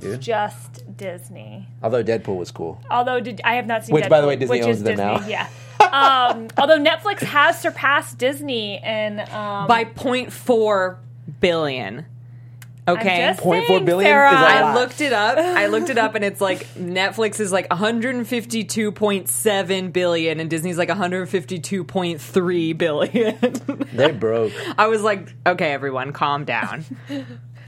Speaker 4: dude.
Speaker 11: Just Disney.
Speaker 4: Although Deadpool was cool.
Speaker 11: Although did, I have not seen
Speaker 4: Which,
Speaker 11: Deadpool,
Speaker 4: by the way, Disney
Speaker 11: which
Speaker 4: owns
Speaker 11: is
Speaker 4: them
Speaker 11: Disney,
Speaker 4: now.
Speaker 11: Yeah. um, although Netflix has surpassed Disney and um,
Speaker 1: By 0.4 billion. Okay.
Speaker 11: I'm just
Speaker 4: 0.4
Speaker 11: saying,
Speaker 4: billion is
Speaker 11: Sarah,
Speaker 4: a
Speaker 11: I
Speaker 4: lot.
Speaker 1: I looked it up. I looked it up, and it's like Netflix is like 152.7 billion, and Disney's like 152.3 billion.
Speaker 4: They broke.
Speaker 1: I was like, okay, everyone, calm down.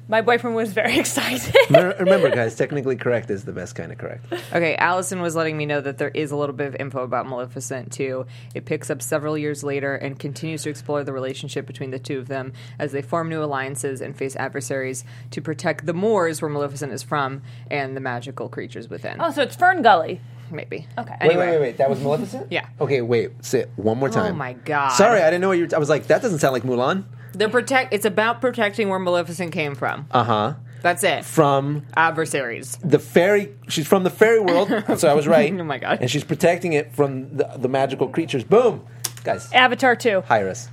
Speaker 11: My boyfriend was very excited.
Speaker 4: Remember, remember, guys. Technically correct is the best kind of correct.
Speaker 1: Okay, Allison was letting me know that there is a little bit of info about Maleficent too. It picks up several years later and continues to explore the relationship between the two of them as they form new alliances and face adversaries to protect the moors where Maleficent is from and the magical creatures within.
Speaker 11: oh, so it's Fern Gully.
Speaker 1: Maybe.
Speaker 11: Okay.
Speaker 4: Wait,
Speaker 1: Anyway.
Speaker 4: wait, wait, wait. That was Maleficent?
Speaker 1: Yeah. Oh
Speaker 4: Okay, wait. Sit one more time.
Speaker 1: my God.
Speaker 4: Sorry, I didn't know what you were. T- I was like, that doesn't sound like Mulan.
Speaker 1: The protect. It's about protecting where Maleficent came from.
Speaker 4: Uh huh.
Speaker 1: That's it.
Speaker 4: From
Speaker 1: Adversaries.
Speaker 4: the fairy. She's from the fairy world. so I was right.
Speaker 1: Oh my God.
Speaker 4: And she's protecting it from the, the magical creatures. Boom. Guys,
Speaker 11: Avatar 2.
Speaker 4: hire us.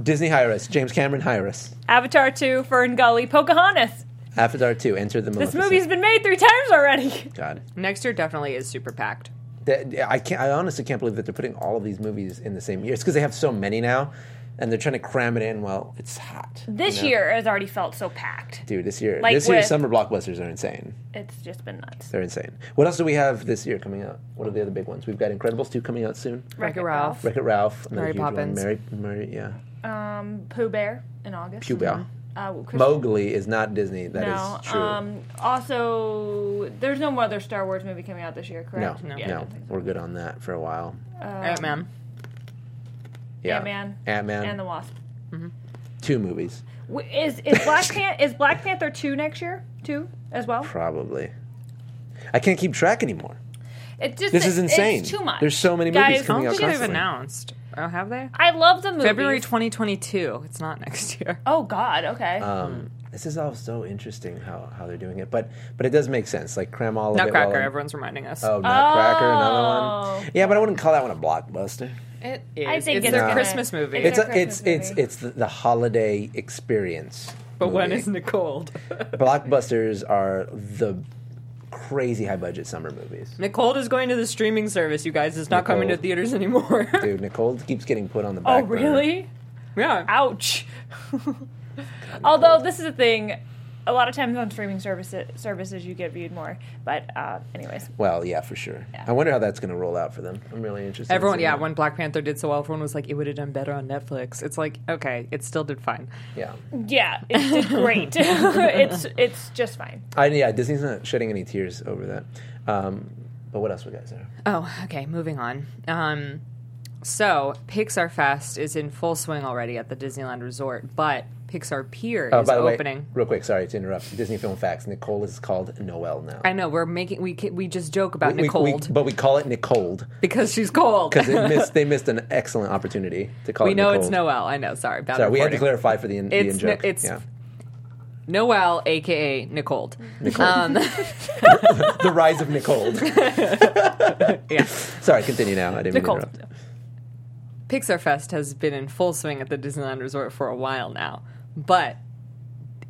Speaker 4: Disney hire us. James Cameron hire us.
Speaker 11: Avatar 2, Fern Gully, Pocahontas.
Speaker 4: Avatar 2, Enter the
Speaker 11: This
Speaker 4: Maleficent.
Speaker 11: movie's been made three times already.
Speaker 4: God.
Speaker 1: Next year definitely is super packed.
Speaker 4: That- I, can't, I honestly can't believe that they're putting all of these movies in the same year. It's because they have so many now, and they're trying to cram it in while it's hot.
Speaker 11: This
Speaker 4: you know?
Speaker 11: year has already felt so packed.
Speaker 4: Dude, this year.
Speaker 11: Like
Speaker 4: this year's
Speaker 11: with-
Speaker 4: summer blockbusters are insane.
Speaker 11: It's just been nuts.
Speaker 4: They're insane. What else do we have this year coming out? What are the other big ones? We've got Incredibles 2 coming out soon.
Speaker 1: Wreck-It Ralph.
Speaker 4: Wreck It Ralph. another
Speaker 1: Mary
Speaker 4: huge one.
Speaker 1: Poppins.
Speaker 4: Mary, Mary, yeah.
Speaker 11: um, Pooh Bear in August.
Speaker 4: Pooh Bear.
Speaker 11: Uh, Christian-
Speaker 4: Mowgli is not Disney. That is
Speaker 11: no.
Speaker 4: true.
Speaker 11: Um, also, there's no more other Star Wars movie coming out this year,
Speaker 4: no,
Speaker 11: correct?
Speaker 4: no,
Speaker 11: Yeah, I don't think
Speaker 4: we're good on that for a while.
Speaker 11: so. Um,
Speaker 1: Ant Man.
Speaker 4: Yeah,
Speaker 11: Ant-Man.
Speaker 4: Ant
Speaker 11: and the
Speaker 4: Man,
Speaker 11: Wasp.
Speaker 4: two movies
Speaker 11: W- Is is Black Pan- is Black Panther two next year too as well?
Speaker 4: probably. I can't keep track anymore.
Speaker 11: It just
Speaker 4: This is
Speaker 11: it-
Speaker 4: insane.
Speaker 11: It's too much.
Speaker 4: There's so many movies
Speaker 11: Guys,
Speaker 1: I
Speaker 4: coming
Speaker 1: don't
Speaker 4: out
Speaker 1: think they've
Speaker 4: constantly.
Speaker 1: announced. Oh, have they?
Speaker 11: I love the movie.
Speaker 1: February 2022. It's not next year.
Speaker 11: Oh God. Okay.
Speaker 4: Um, this is all so interesting how, how they're doing it, but but it does make sense. Like cram all of it.
Speaker 1: Nutcracker.
Speaker 4: While
Speaker 1: Everyone's reminding us.
Speaker 4: Oh, Nutcracker, another
Speaker 11: Oh.
Speaker 4: one. Yeah, but I wouldn't call that one a blockbuster.
Speaker 1: It is.
Speaker 11: I think
Speaker 1: it's,
Speaker 11: it's
Speaker 1: their
Speaker 11: gonna-
Speaker 1: Christmas movie.
Speaker 11: It's
Speaker 4: It's
Speaker 11: a
Speaker 4: a, it's,
Speaker 11: Christmas
Speaker 4: it's
Speaker 11: movie.
Speaker 4: it's the, the holiday experience.
Speaker 1: but when
Speaker 4: movie.
Speaker 1: is Nicole?
Speaker 4: blockbusters are the crazy high budget summer movies.
Speaker 1: Nicole is going to the streaming service, you guys. It's not coming to
Speaker 4: Nicole.
Speaker 1: theaters anymore.
Speaker 4: Dude, Nicole keeps getting put on the
Speaker 11: oh
Speaker 4: back. burner.
Speaker 11: really?
Speaker 1: yeah.
Speaker 11: Ouch. Although this is the thing, a lot of times on streaming services services you get viewed more. But uh, anyways,
Speaker 4: Well, yeah, for sure. I wonder how that's going to roll out for them. I'm really interested. in
Speaker 1: Everyone,
Speaker 4: seeing
Speaker 1: yeah,
Speaker 4: that.
Speaker 1: when Black Panther did so well, everyone was like, it would have done better on Netflix. It's like, okay, it still did fine.
Speaker 4: yeah.
Speaker 11: yeah, it did great. it's it's just fine.
Speaker 4: I, yeah, Disney's not shedding any tears over that. Um, but what else we got, Sarah?
Speaker 1: Oh, okay, moving on. Um, so, Pixar Fest is in full swing already at the Disneyland Resort, but Pixar Pier
Speaker 4: Oh,
Speaker 1: is
Speaker 4: by the
Speaker 1: opening.
Speaker 4: way, real quick, sorry to interrupt. Disney Film Facts. Nicole is called Noel now.
Speaker 1: I know, we're making, we, ca- we just joke about
Speaker 4: We- we-
Speaker 1: Nicole
Speaker 4: we- but we call it Nicole
Speaker 1: because she's cold.
Speaker 4: because they missed, they missed an excellent opportunity to call
Speaker 1: we
Speaker 4: it
Speaker 1: know
Speaker 4: Nicole.
Speaker 1: it's Noel. I know, sorry. Bad
Speaker 4: Sorry, we had to
Speaker 1: reporting.
Speaker 4: clarify for the in, the
Speaker 1: It's
Speaker 4: in
Speaker 1: no-
Speaker 4: joke.
Speaker 1: it's-
Speaker 4: yeah.
Speaker 1: Noel, a.k.a. Nicole.
Speaker 4: Nicole. the rise of Nicole.
Speaker 1: Yeah.
Speaker 4: Sorry, continue now. I didn't mean to
Speaker 11: Nicole.
Speaker 4: interrupt.
Speaker 1: Pixar Fest has been in full swing at the Disneyland Resort for a while now. But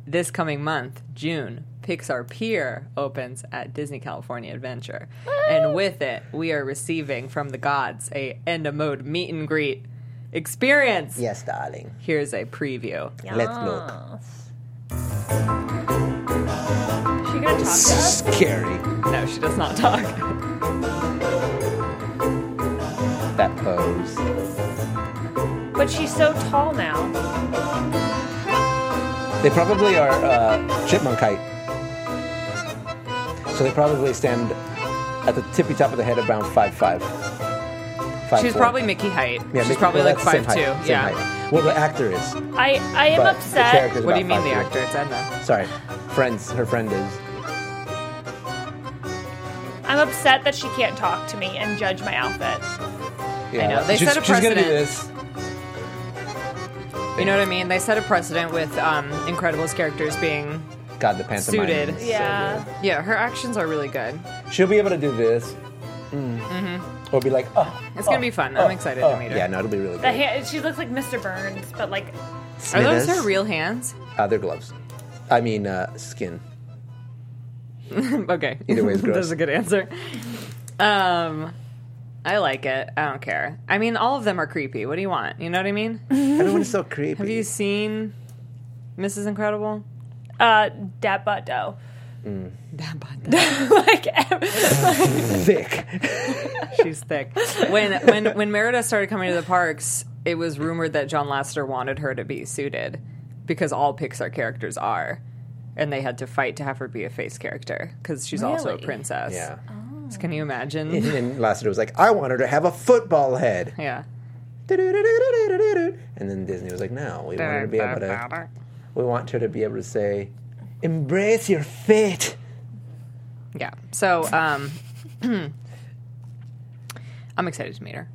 Speaker 1: this coming month, June, Pixar Pier opens at Disney California Adventure. And with it, we are receiving from the gods a end of mode meet and greet experience.
Speaker 4: Yes, darling.
Speaker 1: Here's a preview.
Speaker 4: Let's look.
Speaker 11: Is she gonna talk to us?
Speaker 4: Scary.
Speaker 1: No, she does not talk.
Speaker 4: That pose.
Speaker 11: But she's so tall now.
Speaker 4: They probably are uh, chipmunk height. So they probably stand at the tippy top of the head around five five. Five,
Speaker 1: She's
Speaker 4: four.
Speaker 1: probably Mickey height.
Speaker 4: Yeah,
Speaker 1: She's
Speaker 4: Mickey-
Speaker 1: probably
Speaker 4: well,
Speaker 1: like
Speaker 4: that's the same
Speaker 1: 5'2.
Speaker 4: height, same
Speaker 1: yeah.
Speaker 4: height. Well, the actor is.
Speaker 11: I I am
Speaker 4: but the
Speaker 11: upset.
Speaker 4: character's
Speaker 1: What do you mean the
Speaker 4: about
Speaker 1: actor?
Speaker 4: 5'2".
Speaker 1: It's Edna.
Speaker 4: Sorry, friends. Her friend is.
Speaker 11: I'm upset that she can't talk to me and judge my outfit.
Speaker 4: Yeah,
Speaker 1: know, they
Speaker 4: she's,
Speaker 1: set a
Speaker 4: she's gonna do
Speaker 1: precedent.
Speaker 4: this.
Speaker 1: You know what I mean? They set a precedent with um, Incredibles characters being
Speaker 4: God, the pantomime.
Speaker 1: Suited.
Speaker 4: is so
Speaker 11: Yeah.
Speaker 1: Yeah, her actions are really good.
Speaker 4: good. She'll be able to do this.
Speaker 1: Mm-hmm.
Speaker 4: Mm. Or be like, oh.
Speaker 1: It's gonna be fun. I'm excited to meet her.
Speaker 4: Yeah, no, it'll be really
Speaker 11: The
Speaker 4: good.
Speaker 11: ha- she looks like Mr. Burns, but like
Speaker 1: Are those her real hands?
Speaker 4: Uh, they're gloves. I mean, uh, skin.
Speaker 1: okay.
Speaker 4: Either way is gross.
Speaker 1: That's a good answer. Um, I like it. I don't care. I mean, all of them are creepy. What do you want? You know what I mean?
Speaker 4: Everyone's so creepy.
Speaker 1: Have you seen Mrs. Incredible?
Speaker 11: uh dat butt dough.
Speaker 1: That butt.
Speaker 11: like ev-
Speaker 4: thick?
Speaker 1: She's thick. When when when Merida started coming to the parks, it was rumored that John Lasseter wanted her to be suited because all Pixar characters are, and they had to fight to have her be a face character because she's also a
Speaker 11: Really?
Speaker 1: princess.
Speaker 4: yeah.
Speaker 1: Can you imagine?
Speaker 4: And Lasseter was like, I want her to have a football head.
Speaker 1: Yeah.
Speaker 4: And then Disney was like, No, we want her to be able to. We want her to be able to say, "Embrace your fate."
Speaker 1: Yeah. So, um, I'm excited to meet her.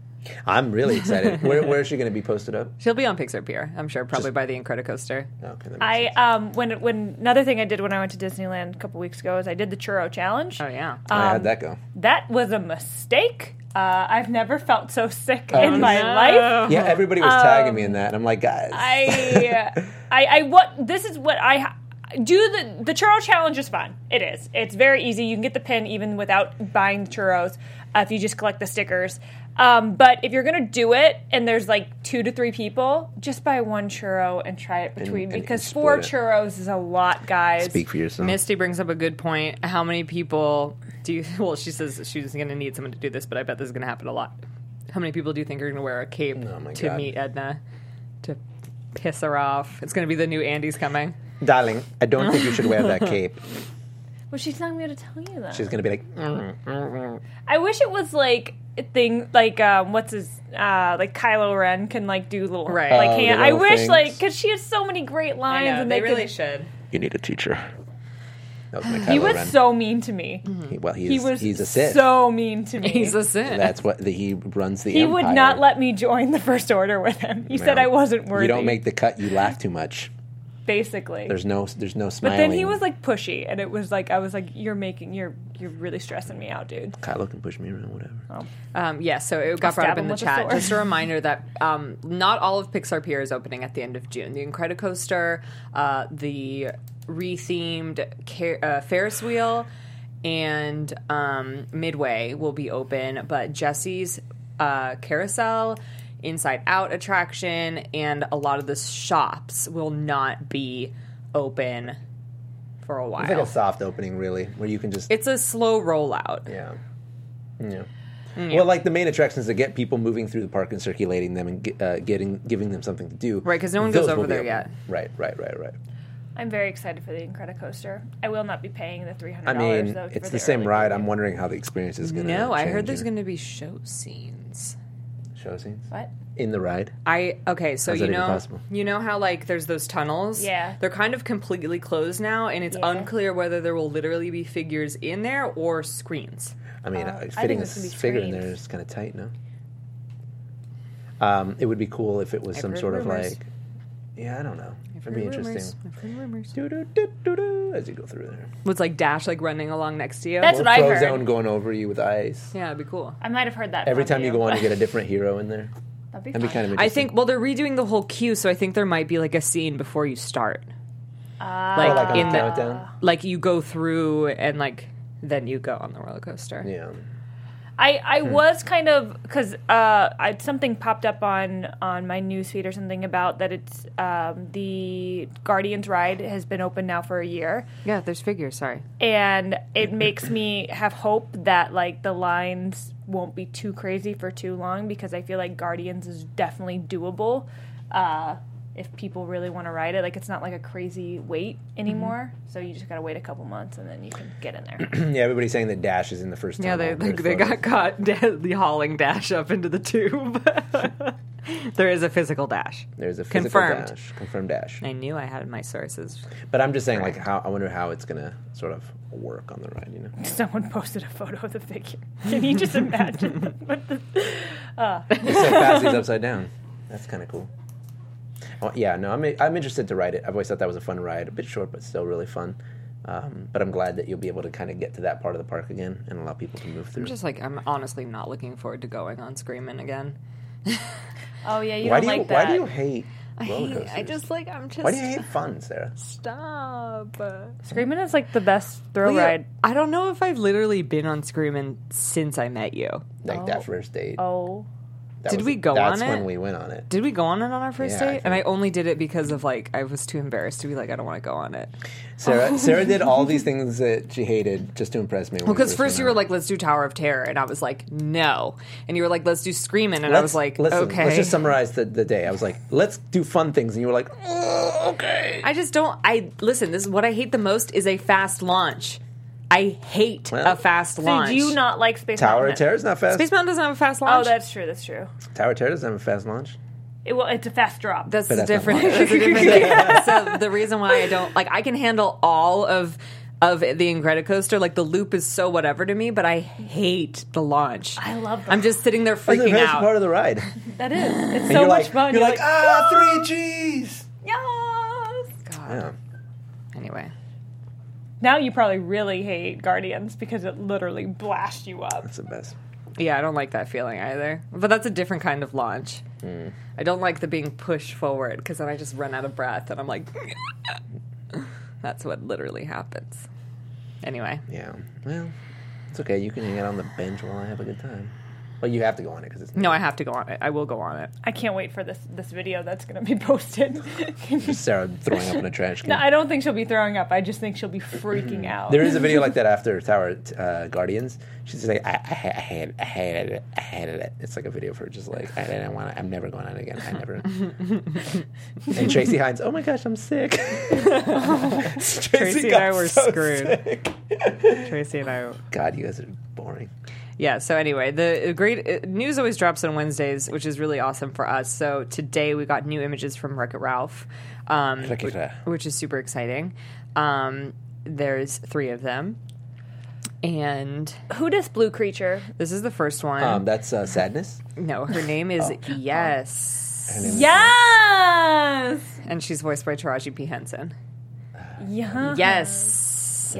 Speaker 4: I'm really excited. where, where is she going to be posted up? Oh,
Speaker 1: She'll be on Pixar Pier, I'm sure, probably by the Incredicoaster.
Speaker 4: Okay, that makes
Speaker 11: I
Speaker 4: sense.
Speaker 11: um when when another thing I did when I went to Disneyland a couple weeks ago is I did the churro challenge.
Speaker 1: Oh, yeah.
Speaker 4: I had that go.
Speaker 11: That was a mistake. Uh, I've never felt so sick in my
Speaker 1: no.
Speaker 11: life.
Speaker 4: Yeah, everybody was tagging me in that, and I'm like, guys,
Speaker 11: I, I, I, what? This is what I ha- do. The the churro challenge is fun. It is. It's very easy. You can get the pin even without buying the churros uh, if you just collect the stickers. Um, but if you're gonna do it, and there's like two to three people, just buy one churro and try it between
Speaker 4: and- and
Speaker 11: because
Speaker 4: split
Speaker 11: four
Speaker 4: it.
Speaker 11: churros is a lot, guys.
Speaker 4: speak for yourself.
Speaker 1: Misty brings up a good point. How many people do you, well, she says she's going to need someone to do this, but I bet this is going to happen a lot. How many people do you think are going to wear a cape
Speaker 4: Oh, my
Speaker 1: to
Speaker 4: God.
Speaker 1: meet Edna to piss her off. It's going to be the new Andy's coming.
Speaker 4: Darling, I don't think you should wear that cape.
Speaker 11: Well, she's not going to tell you that.
Speaker 4: She's gonna be like, "Mm, mm, mm."
Speaker 11: I wish it was like a thing like um, what's his uh, like Kylo Ren can like do little
Speaker 1: Right.
Speaker 11: like
Speaker 1: Oh, the
Speaker 11: hand. I
Speaker 4: little
Speaker 11: wish
Speaker 4: things.
Speaker 11: like because she has so many great lines
Speaker 1: I know,
Speaker 11: and
Speaker 1: they,
Speaker 11: could-
Speaker 1: really should.
Speaker 4: you need a teacher. That was my
Speaker 11: He
Speaker 4: Kylo
Speaker 11: was
Speaker 4: Ren.
Speaker 11: so mean to me.
Speaker 4: He- well, he's,
Speaker 11: He was
Speaker 4: he's a Sith.
Speaker 11: so mean to me.
Speaker 1: He's a sin.
Speaker 4: That's what the, he runs the
Speaker 11: he
Speaker 4: empire.
Speaker 11: would not let me join the First Order with him. He said
Speaker 4: No.
Speaker 11: I wasn't worthy.
Speaker 4: You don't make the cut. You laugh too much.
Speaker 11: basically.
Speaker 4: There's no there's no
Speaker 11: but
Speaker 4: smiling.
Speaker 11: then he was like pushy, and it was like I was like, "You're making you're you're really stressing me out, dude."
Speaker 4: Kylo can push me around, whatever.
Speaker 1: Um, yeah, so it got brought
Speaker 11: stab
Speaker 1: up in
Speaker 11: him
Speaker 1: the
Speaker 11: with a
Speaker 1: chat.
Speaker 11: sword.
Speaker 1: Just a reminder that um, not all of Pixar Pier is opening at the end of June. The Incredicoaster, uh, the rethemed car- uh, Ferris wheel, and um, Midway will be open, but Jesse's uh, Carousel. Inside Out attraction and a lot of the shops will not be open for a while.
Speaker 4: It's like a soft opening, really, where you can just
Speaker 1: it's a slow rollout.
Speaker 4: yeah, yeah.
Speaker 11: Mm.
Speaker 4: Well, like the main attractions that get people moving through the park and circulating them and get, uh, getting giving them something to do.
Speaker 1: Right, 'cause no one goes
Speaker 4: those
Speaker 1: over
Speaker 4: will be
Speaker 1: there
Speaker 4: open.
Speaker 1: yet.
Speaker 4: Right, right, right, right.
Speaker 11: I'm very excited for the Incredicoaster. I will not be paying the three
Speaker 4: I
Speaker 11: hundred dollars.
Speaker 4: mean,
Speaker 11: though,
Speaker 4: it's
Speaker 11: for
Speaker 4: the same
Speaker 11: early
Speaker 4: ride.
Speaker 11: bird.
Speaker 4: I'm wondering how the experience is going to.
Speaker 1: No, I heard there's going to be show scenes.
Speaker 4: to show scenes
Speaker 11: What?
Speaker 4: in the ride.
Speaker 1: I okay, so
Speaker 4: How's
Speaker 1: you
Speaker 4: that even
Speaker 1: know
Speaker 4: possible?
Speaker 1: you know how like there's those tunnels?
Speaker 11: Yeah.
Speaker 1: They're kind of completely closed now and it's
Speaker 11: Yeah.
Speaker 1: unclear whether there will literally be figures in there or screens.
Speaker 4: I mean, uh,
Speaker 11: I
Speaker 4: fitting
Speaker 11: think
Speaker 4: a
Speaker 11: this would be
Speaker 4: figure in there
Speaker 11: strange.
Speaker 4: is kind of tight, no? Um, it would be cool if it was some
Speaker 1: heard
Speaker 4: sort of
Speaker 1: rumors.
Speaker 4: like, yeah, I don't know. It'd be
Speaker 1: Heard rumors.
Speaker 4: interesting.
Speaker 1: I've heard rumors.
Speaker 4: Do do do do do as you go through there.
Speaker 1: Was like Dash like running along next to you?
Speaker 11: That's
Speaker 4: Or
Speaker 11: what I heard.
Speaker 4: Frozone going over you with ice.
Speaker 1: yeah, it'd be cool.
Speaker 11: I might have heard that
Speaker 4: Every
Speaker 11: from
Speaker 4: time you go on, you get a different hero in there.
Speaker 11: That'd be,
Speaker 4: That'd be
Speaker 11: fun.
Speaker 4: kind of
Speaker 1: I
Speaker 4: interesting.
Speaker 1: think well they're redoing the whole queue, so I think there might be like a scene before you start.
Speaker 11: Ah.
Speaker 1: like,
Speaker 4: Oh, like on
Speaker 1: in
Speaker 4: the
Speaker 1: the
Speaker 4: countdown.
Speaker 1: like you go through and like then you go on the roller coaster.
Speaker 4: Yeah.
Speaker 11: I, I was kind of because uh, I, something popped up on on my newsfeed or something about that it's um, the Guardians ride has been open now for a year,
Speaker 1: Yeah, there's figures, sorry.
Speaker 11: and it makes me have hope that like the lines won't be too crazy for too long because I feel like Guardians is definitely doable uh, if people really want to ride it. Like it's not like a crazy wait anymore, so you just gotta wait a couple months and then you can get in there.
Speaker 4: Yeah, everybody's saying that Dash is in the first
Speaker 1: Yeah,
Speaker 4: tunnel.
Speaker 1: they they,
Speaker 4: There's
Speaker 1: they
Speaker 4: photos.
Speaker 1: got caught de- hauling Dash up into the tube. there is a physical Dash.
Speaker 4: There's a physical
Speaker 1: confirmed.
Speaker 4: Dash. Confirmed Dash.
Speaker 1: I knew I had my sources.
Speaker 4: But I'm just saying, like, how I wonder how it's gonna sort of work on the ride. You know,
Speaker 11: Someone posted a photo of the figure. Can you just imagine? what the,
Speaker 4: It's so fast he's upside down. That's kind of cool. Oh, yeah, no, I'm I'm interested to ride it. I've always thought that was a fun ride, a bit short but still really fun. Um, but I'm glad that you'll be able to kind of get to that part of the park again and allow people to move through.
Speaker 1: I'm just like I'm honestly not looking forward to going on Screamin' again.
Speaker 11: oh yeah, you
Speaker 4: why
Speaker 11: don't
Speaker 4: do you
Speaker 11: like
Speaker 4: Why
Speaker 11: that.
Speaker 4: do you hate
Speaker 1: I
Speaker 4: roller
Speaker 1: hate.
Speaker 4: coasters?
Speaker 1: I just like I'm just.
Speaker 4: why do you hate fun, Sarah?
Speaker 1: Stop.
Speaker 11: Screaming is like the best throw
Speaker 1: Leo,
Speaker 11: ride.
Speaker 1: I don't know if I've literally been on Screamin' since I met you.
Speaker 4: Like that first date?
Speaker 11: Oh,
Speaker 4: That
Speaker 1: Did we go
Speaker 4: that's
Speaker 1: on
Speaker 4: That's when
Speaker 1: it?
Speaker 4: we went on it.
Speaker 1: Did we go on it on our first
Speaker 4: Yeah, I
Speaker 1: date? and I only did it because of like I was too embarrassed to be like I don't want to go on it. oh.
Speaker 4: Sarah Sarah did all these things that she hated just to impress me. when we
Speaker 1: Because first
Speaker 4: went
Speaker 1: you were
Speaker 4: out.
Speaker 1: like, let's do Tower of Terror. And I was like, no. And you were like, let's do Screamin'. And I
Speaker 4: Let's-
Speaker 1: was like,
Speaker 4: listen,
Speaker 1: okay.
Speaker 4: Let's just summarize the, the day. I was like, let's do fun things, and you were like, "Ugh, okay.
Speaker 1: I just don't. I Listen, this is what I hate the most is a fast launch. I hate
Speaker 4: Well-
Speaker 1: a fast
Speaker 11: so
Speaker 1: launch.
Speaker 11: do you not like Space
Speaker 4: Tower
Speaker 11: Mountain?
Speaker 4: of Terror's not fast.
Speaker 1: Space Mountain doesn't have a fast
Speaker 11: Oh,
Speaker 1: launch.
Speaker 11: that's true. That's true.
Speaker 4: Tower of Terror doesn't have a fast launch.
Speaker 11: It, well, it's a fast drop.
Speaker 1: That's,
Speaker 4: But that's not
Speaker 1: different.
Speaker 4: mine.
Speaker 1: that's a different thing. So the reason why I don't like I can handle all of of the Incredicoaster, like the loop is so whatever to me, but I hate the launch.
Speaker 11: I love the
Speaker 1: I'm just sitting there
Speaker 4: That's the
Speaker 1: freaking
Speaker 4: best part
Speaker 1: out.
Speaker 4: of the ride.
Speaker 11: that is. It's
Speaker 4: And
Speaker 11: so
Speaker 4: you're
Speaker 11: much
Speaker 4: like,
Speaker 11: fun.
Speaker 4: You're, like, ah, three G's.
Speaker 11: yes.
Speaker 4: Yeah.
Speaker 1: Anyway,
Speaker 11: Now you probably really hate Guardians because it literally blasts you up.
Speaker 4: That's the best.
Speaker 1: Yeah, I don't like that feeling either. But that's a different kind of launch.
Speaker 4: Hmm.
Speaker 1: I don't like the being pushed forward because then I just run out of breath and I'm like, that's what literally happens. Anyway,
Speaker 4: Yeah. Well, it's okay. You can hang out on the bench while I have a good time. Well, you have to go on it because it's
Speaker 1: No, I have to go on it. I will go on it.
Speaker 11: I can't wait for this this video that's going to be posted.
Speaker 4: Sarah throwing up in a trash can.
Speaker 11: no, I don't think she'll be throwing up. I just think she'll be freaking out.
Speaker 4: There is a video like that after Tower uh, Guardians. She's like, I, I, ha- I hated, I hated it, I hated it. It's like a video of her just like, I didn't want to, I'm never going on it again. I never. and Tracy Hines, oh my gosh, I'm sick. Tracy,
Speaker 1: Tracy and
Speaker 4: got
Speaker 1: I were
Speaker 4: so
Speaker 1: screwed.
Speaker 4: sick.
Speaker 1: Tracy and I.
Speaker 4: God, you guys are boring.
Speaker 1: Yeah. So anyway, the great uh, news always drops on Wednesdays, which is really awesome for us. So today we got new images from Wreck It Ralph, um,
Speaker 4: Wreck-It
Speaker 1: which,
Speaker 4: Ralph.
Speaker 1: which is super exciting. Um, there's three of them, and
Speaker 11: Who this blue creature?
Speaker 1: this is the first one.
Speaker 4: Um, oh. that's uh, sadness.
Speaker 1: no, her name is Yes,
Speaker 4: Her name is-
Speaker 11: Yes.
Speaker 1: and she's voiced by Taraji P Henson.
Speaker 11: Yeah.
Speaker 1: Yes.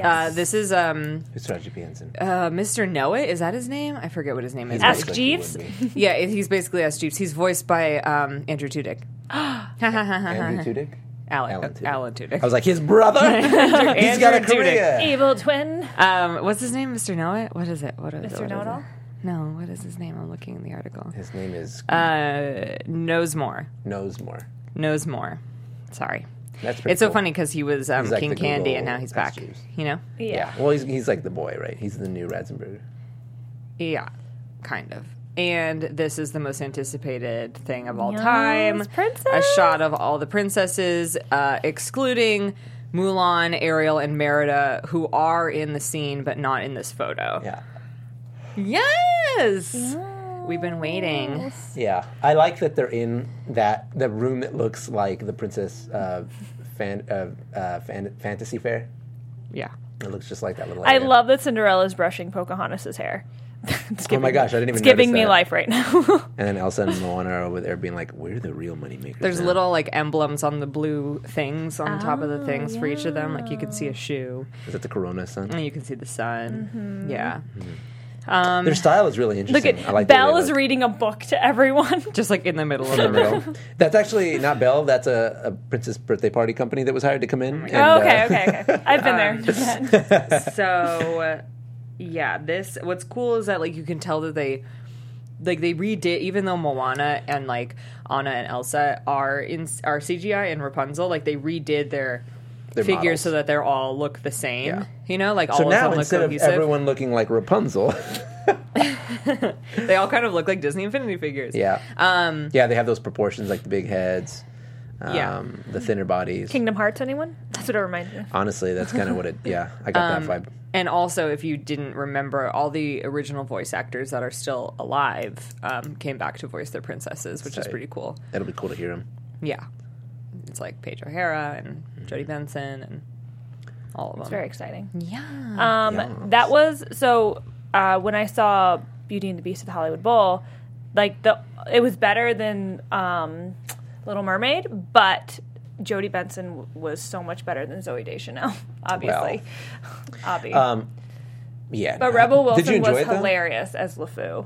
Speaker 1: Uh, this is um,
Speaker 4: Who's Taraji P. Henson?
Speaker 1: uh, Mr. Noah. Is that his name? I forget what his name is.
Speaker 4: Looks
Speaker 11: Ask
Speaker 4: like he would
Speaker 11: Jeeves.
Speaker 4: be.
Speaker 1: Yeah, he's basically S. Jeeves. He's voiced by um, Andrew Tudyk.
Speaker 4: Andrew Tudyk.
Speaker 1: Alan,
Speaker 4: Alan Tudyk.
Speaker 1: Alan Tudyk.
Speaker 4: I was like, his brother. He's got a
Speaker 1: Andrew Tudyk. Uh,
Speaker 4: career.
Speaker 11: Evil twin.
Speaker 1: Um, what's his name? Mr. Know It? What is it? What is it?
Speaker 11: Mr.
Speaker 1: What is
Speaker 11: Know-It-All?
Speaker 1: it? No, what is his name? I'm looking in the article.
Speaker 4: His name is
Speaker 1: Uh, knows more.
Speaker 4: Knows More.
Speaker 1: Knows more. Sorry.
Speaker 4: That's pretty
Speaker 1: It's so
Speaker 4: cool.
Speaker 1: funny because he was um,
Speaker 4: He's like
Speaker 1: King
Speaker 4: the
Speaker 1: Candy
Speaker 4: Google
Speaker 1: and now he's
Speaker 4: S.
Speaker 1: back.
Speaker 4: Jeeves.
Speaker 1: You know?
Speaker 4: Yeah. Well, he's, he's like the boy, right? He's the new Ratzenberger.
Speaker 1: Yeah, kind of. And this is the most anticipated thing of all
Speaker 11: Yes,
Speaker 1: time. A
Speaker 11: princess.
Speaker 1: shot of all the princesses, uh, excluding Mulan, Ariel, and Merida, who are in the scene but not in this photo.
Speaker 4: Yeah.
Speaker 1: Yes! We've been waiting.
Speaker 4: Yeah, I like that they're in that the room that looks like the princess uh, fan, uh, uh, fan, fantasy fair.
Speaker 1: Yeah.
Speaker 4: It looks just like that little.
Speaker 11: I
Speaker 4: area.
Speaker 11: love that Cinderella's brushing Pocahontas' hair. It's
Speaker 4: Oh my
Speaker 11: giving-
Speaker 4: gosh, I didn't even.
Speaker 11: It's giving
Speaker 4: notice
Speaker 11: me
Speaker 4: that.
Speaker 11: life right now.
Speaker 4: And then Elsa and Moana are over there being like, "We're the real moneymakers."
Speaker 1: There's
Speaker 4: now."
Speaker 1: little like emblems on the blue things on top of the things for each of them. Like you can see a shoe
Speaker 4: Is that the Corona sun?
Speaker 1: and you can see the sun. Yeah.
Speaker 4: Their style is really
Speaker 11: Mm. Look
Speaker 4: interesting.
Speaker 11: at
Speaker 4: I like the way
Speaker 11: Belle
Speaker 4: they
Speaker 11: is
Speaker 4: look.
Speaker 11: reading a book to everyone.
Speaker 1: Just like in the middle of
Speaker 4: For
Speaker 1: the room.
Speaker 4: real. That's actually not Belle. That's a, a princess birthday party company that was hired to come in. and,
Speaker 11: Oh,
Speaker 4: uh,
Speaker 11: okay, okay, okay. I've been there. done that.
Speaker 1: so yeah this what's cool is that like you can tell that they like they redid even though moana and like anna and elsa are in are cgi and rapunzel like they redid their,
Speaker 4: Their
Speaker 1: figures
Speaker 4: models.
Speaker 1: so that they're all look the same
Speaker 4: Yeah.
Speaker 1: you know like all
Speaker 4: So
Speaker 1: of
Speaker 4: now
Speaker 1: them look
Speaker 4: instead of
Speaker 1: cohesive
Speaker 4: everyone looking like Rapunzel,
Speaker 1: they all kind of look like disney infinity figures
Speaker 4: yeah, um, yeah, they have those proportions like the big heads, um,
Speaker 1: Yeah.
Speaker 4: the thinner bodies.
Speaker 11: Kingdom Hearts, anyone? That's what it reminds me of.
Speaker 4: Honestly, that's kind of what it. Yeah, I got
Speaker 11: Um,
Speaker 4: that vibe.
Speaker 1: and also if you didn't remember all the original voice actors that are still alive um, came back to voice their princesses which is
Speaker 4: Right.
Speaker 1: pretty cool
Speaker 4: That'll be cool to hear him.
Speaker 1: Yeah. It's like Paige O'Hara and
Speaker 4: Mm-hmm.
Speaker 1: Jodie Benson and all of them.
Speaker 11: It's very exciting.
Speaker 1: yeah.
Speaker 11: Um, That was so. Uh, when I saw Beauty and the Beast at the Hollywood Bowl, like the it was better than um, Little Mermaid, but Jodie Benson w- was so much better than Zoe Deschanel, obviously. Obvi.
Speaker 4: Yeah,
Speaker 11: but
Speaker 4: no.
Speaker 11: Rebel
Speaker 4: Did
Speaker 11: Wilson
Speaker 4: you enjoy
Speaker 11: was
Speaker 4: it, though?
Speaker 11: hilarious as LeFou,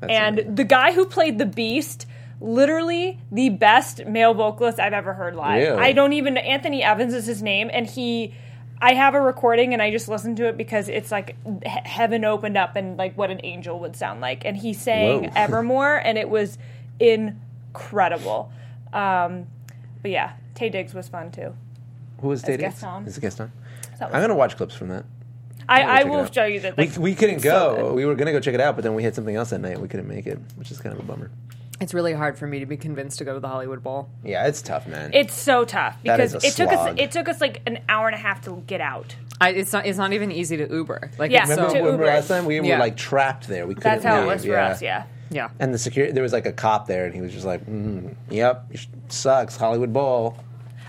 Speaker 4: That's
Speaker 11: and
Speaker 4: amazing.
Speaker 11: the guy who played the Beast. Literally the best male vocalist I've ever heard live.
Speaker 4: Really?
Speaker 11: I don't even Anthony Evans is his name, and he I have a recording and I just listened to it because it's like he- heaven opened up and like what an angel would sound like. And he sang
Speaker 4: Whoa.
Speaker 11: Evermore and it was incredible. Um, but yeah, Tay Diggs was fun too.
Speaker 4: who was dating?
Speaker 11: Gaston.
Speaker 4: Is it Gaston?
Speaker 11: That was-
Speaker 4: I'm gonna watch clips from that.
Speaker 11: I,
Speaker 4: We'll
Speaker 11: I
Speaker 4: check it
Speaker 11: will
Speaker 4: out.
Speaker 11: show you that.
Speaker 4: We,
Speaker 11: Like,
Speaker 4: we couldn't
Speaker 11: so
Speaker 4: go.
Speaker 11: good.
Speaker 4: we were gonna go check it out, but then we had something else that night. and We couldn't make it, which is kind of a bummer.
Speaker 1: It's really hard for me to be convinced to go to the Hollywood Bowl.
Speaker 4: Yeah, it's tough, man.
Speaker 11: It's so tough
Speaker 4: That
Speaker 11: because
Speaker 4: is a
Speaker 11: it took us
Speaker 4: slog.
Speaker 11: it took us like an hour and a half to get out.
Speaker 1: I, it's not it's not even easy to Uber. Like
Speaker 11: Yeah.
Speaker 1: it's
Speaker 4: remember,
Speaker 1: so
Speaker 11: to
Speaker 4: remember
Speaker 11: Uber.
Speaker 4: last time we
Speaker 1: Yeah.
Speaker 4: were like trapped there. We couldn't
Speaker 11: That's how
Speaker 4: leave.
Speaker 11: it was for us. Yeah.
Speaker 1: yeah.
Speaker 4: And the security, there was like a cop there, and he was just like, mm, "Yep, you sh- sucks, Hollywood Bowl."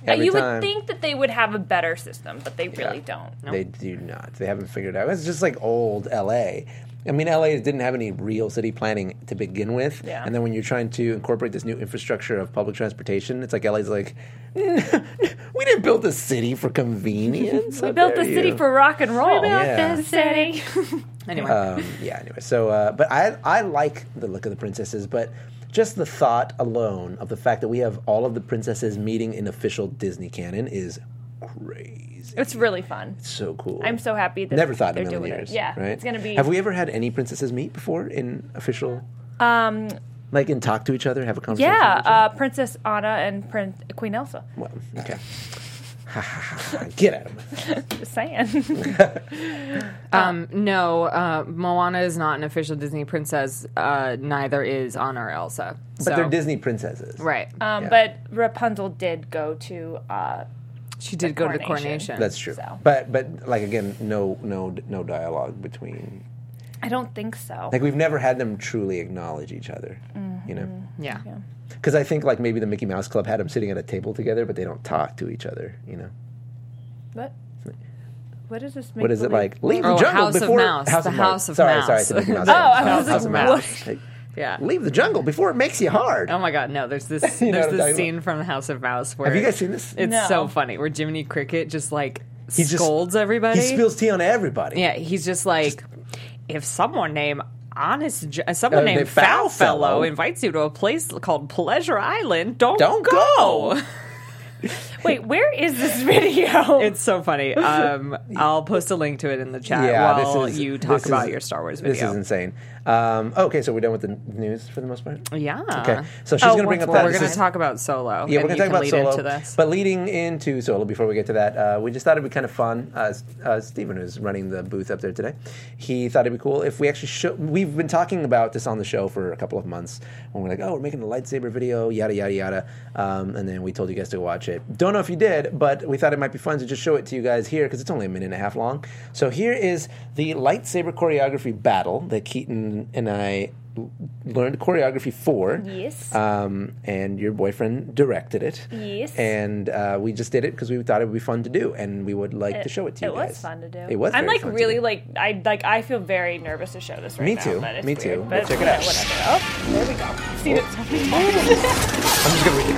Speaker 11: Uh,
Speaker 4: Every
Speaker 11: you
Speaker 4: time.
Speaker 11: would think that they would have a better system, but they really don't.
Speaker 4: They do not. They haven't figured out. It's just like old LA. I mean, LA didn't have any real city planning to begin with.
Speaker 11: Yeah.
Speaker 4: And then when you're trying to incorporate this new infrastructure of public transportation, it's like LA's like, we didn't build the city for convenience.
Speaker 11: We built the city for rock and roll.
Speaker 4: Yeah. the
Speaker 11: city.
Speaker 1: Anyway.
Speaker 4: Um, yeah, anyway. So, uh, but I, I like the look of the princesses, but just the thought alone of the fact that we have all of the princesses meeting in official Disney canon is crazy.
Speaker 11: It's really fun.
Speaker 4: so cool.
Speaker 11: I'm so happy that
Speaker 4: Never thought in
Speaker 11: they're
Speaker 4: a million
Speaker 11: doing it.
Speaker 4: years.
Speaker 11: Yeah,
Speaker 4: right?
Speaker 11: it's gonna be-
Speaker 4: Have we ever had any princesses meet before in official
Speaker 11: Um,
Speaker 4: Like and talk to each other, have a conversation.
Speaker 11: yeah,
Speaker 4: with each
Speaker 11: uh, Princess Anna and Prin- Queen Elsa.
Speaker 4: other? Well, okay. Get out of my.
Speaker 11: Just saying.
Speaker 1: Um, no, uh, Moana is not an official Disney princess. Uh, neither is Anna or Elsa.
Speaker 4: But
Speaker 1: So-
Speaker 4: they're Disney princesses.
Speaker 1: right?
Speaker 11: Um,
Speaker 4: Yeah.
Speaker 11: But Rapunzel did go to. Uh,
Speaker 1: she did go to the coronation.
Speaker 4: That's true.
Speaker 11: So.
Speaker 4: But but like again, no no no dialogue between.
Speaker 11: I don't think so.
Speaker 4: Like we've never had them truly acknowledge each other. You know.
Speaker 1: yeah.
Speaker 4: Because I think like maybe the Mickey Mouse Club had them sitting at a table together, but they don't talk to each other. You know,
Speaker 11: What? What is this?
Speaker 4: what is it
Speaker 11: make-believe?
Speaker 4: like? Leave the
Speaker 1: Oh,
Speaker 4: jungle
Speaker 1: House of
Speaker 4: before
Speaker 1: Mouse. The House of
Speaker 4: sorry,
Speaker 1: Mouse.
Speaker 4: sorry, it's the Mickey Mouse.
Speaker 11: Oh,
Speaker 4: Club.
Speaker 11: I was
Speaker 4: House
Speaker 11: like,
Speaker 4: of Mouse.
Speaker 11: what?
Speaker 4: Like,
Speaker 1: Yeah.
Speaker 4: leave the jungle before it makes you hard.
Speaker 1: Oh my God! No, there's this
Speaker 4: You know
Speaker 1: there's
Speaker 4: what I'm
Speaker 1: this
Speaker 4: talking
Speaker 1: scene from the House of Mouse where
Speaker 4: Have you guys seen this?
Speaker 1: It's
Speaker 11: No.
Speaker 1: so funny where Jiminy Cricket just like
Speaker 4: He just-
Speaker 1: scolds everybody.
Speaker 4: he spills tea on everybody.
Speaker 1: yeah, he's just like, if someone named Honest, Jo- someone
Speaker 4: Uh,
Speaker 1: named
Speaker 4: named Foul
Speaker 1: Foul Fellow,
Speaker 4: Fellow
Speaker 1: invites you to a place called Pleasure Island, don't
Speaker 4: Don't
Speaker 1: go.
Speaker 4: go.
Speaker 11: Wait, where is this video?
Speaker 1: It's so funny. Um, I'll post a link to it in the chat
Speaker 4: Yeah,
Speaker 1: while
Speaker 4: this is,
Speaker 1: you talk
Speaker 4: this
Speaker 1: about
Speaker 4: is-
Speaker 1: your Star Wars
Speaker 4: This is
Speaker 1: video.
Speaker 4: insane. Um, okay, so we're done with the news for the most part.
Speaker 1: yeah.
Speaker 4: Okay, so she's
Speaker 11: Oh,
Speaker 4: going to bring
Speaker 11: once
Speaker 4: up
Speaker 11: more.
Speaker 4: that.
Speaker 1: We're
Speaker 4: this
Speaker 1: going to
Speaker 4: is-
Speaker 1: talk about Solo.
Speaker 4: Yeah, we're
Speaker 1: and
Speaker 4: going
Speaker 1: you
Speaker 4: to talk
Speaker 1: can
Speaker 4: about
Speaker 1: lead
Speaker 4: solo.
Speaker 1: into this.
Speaker 4: But leading into solo, before we get to that, uh, we just thought it'd be kind of fun. Uh, S- uh, Stephen, who's running the booth up there today, he thought it'd be cool if we actually show. We've been talking about this on the show for a couple of months when we're like, oh, we're making a lightsaber video, yada, yada, yada. Um, and then we told you guys to watch it. Don't know if you did, but we thought it might be fun to just show it to you guys here because it's only a minute and a half long. So here is the lightsaber choreography battle that Keaton and I l- learned choreography for.
Speaker 11: Yes.
Speaker 4: Um, and your boyfriend directed it.
Speaker 11: Yes.
Speaker 4: And uh, we just did it because we thought it would be fun to do, and we would like to show it to you
Speaker 11: it
Speaker 4: guys.
Speaker 11: was fun to do.
Speaker 4: It was.
Speaker 11: I'm
Speaker 4: very
Speaker 11: like
Speaker 4: fun to
Speaker 11: really
Speaker 4: do.
Speaker 11: like I like I feel very nervous to show this right
Speaker 4: Me
Speaker 11: now.
Speaker 4: too.
Speaker 11: but it's
Speaker 4: Me
Speaker 11: weird,
Speaker 4: too.
Speaker 11: But
Speaker 4: Check it out.
Speaker 11: Whatever. Oh, there we go. I've Seen it so many times.
Speaker 4: I'm just gonna read the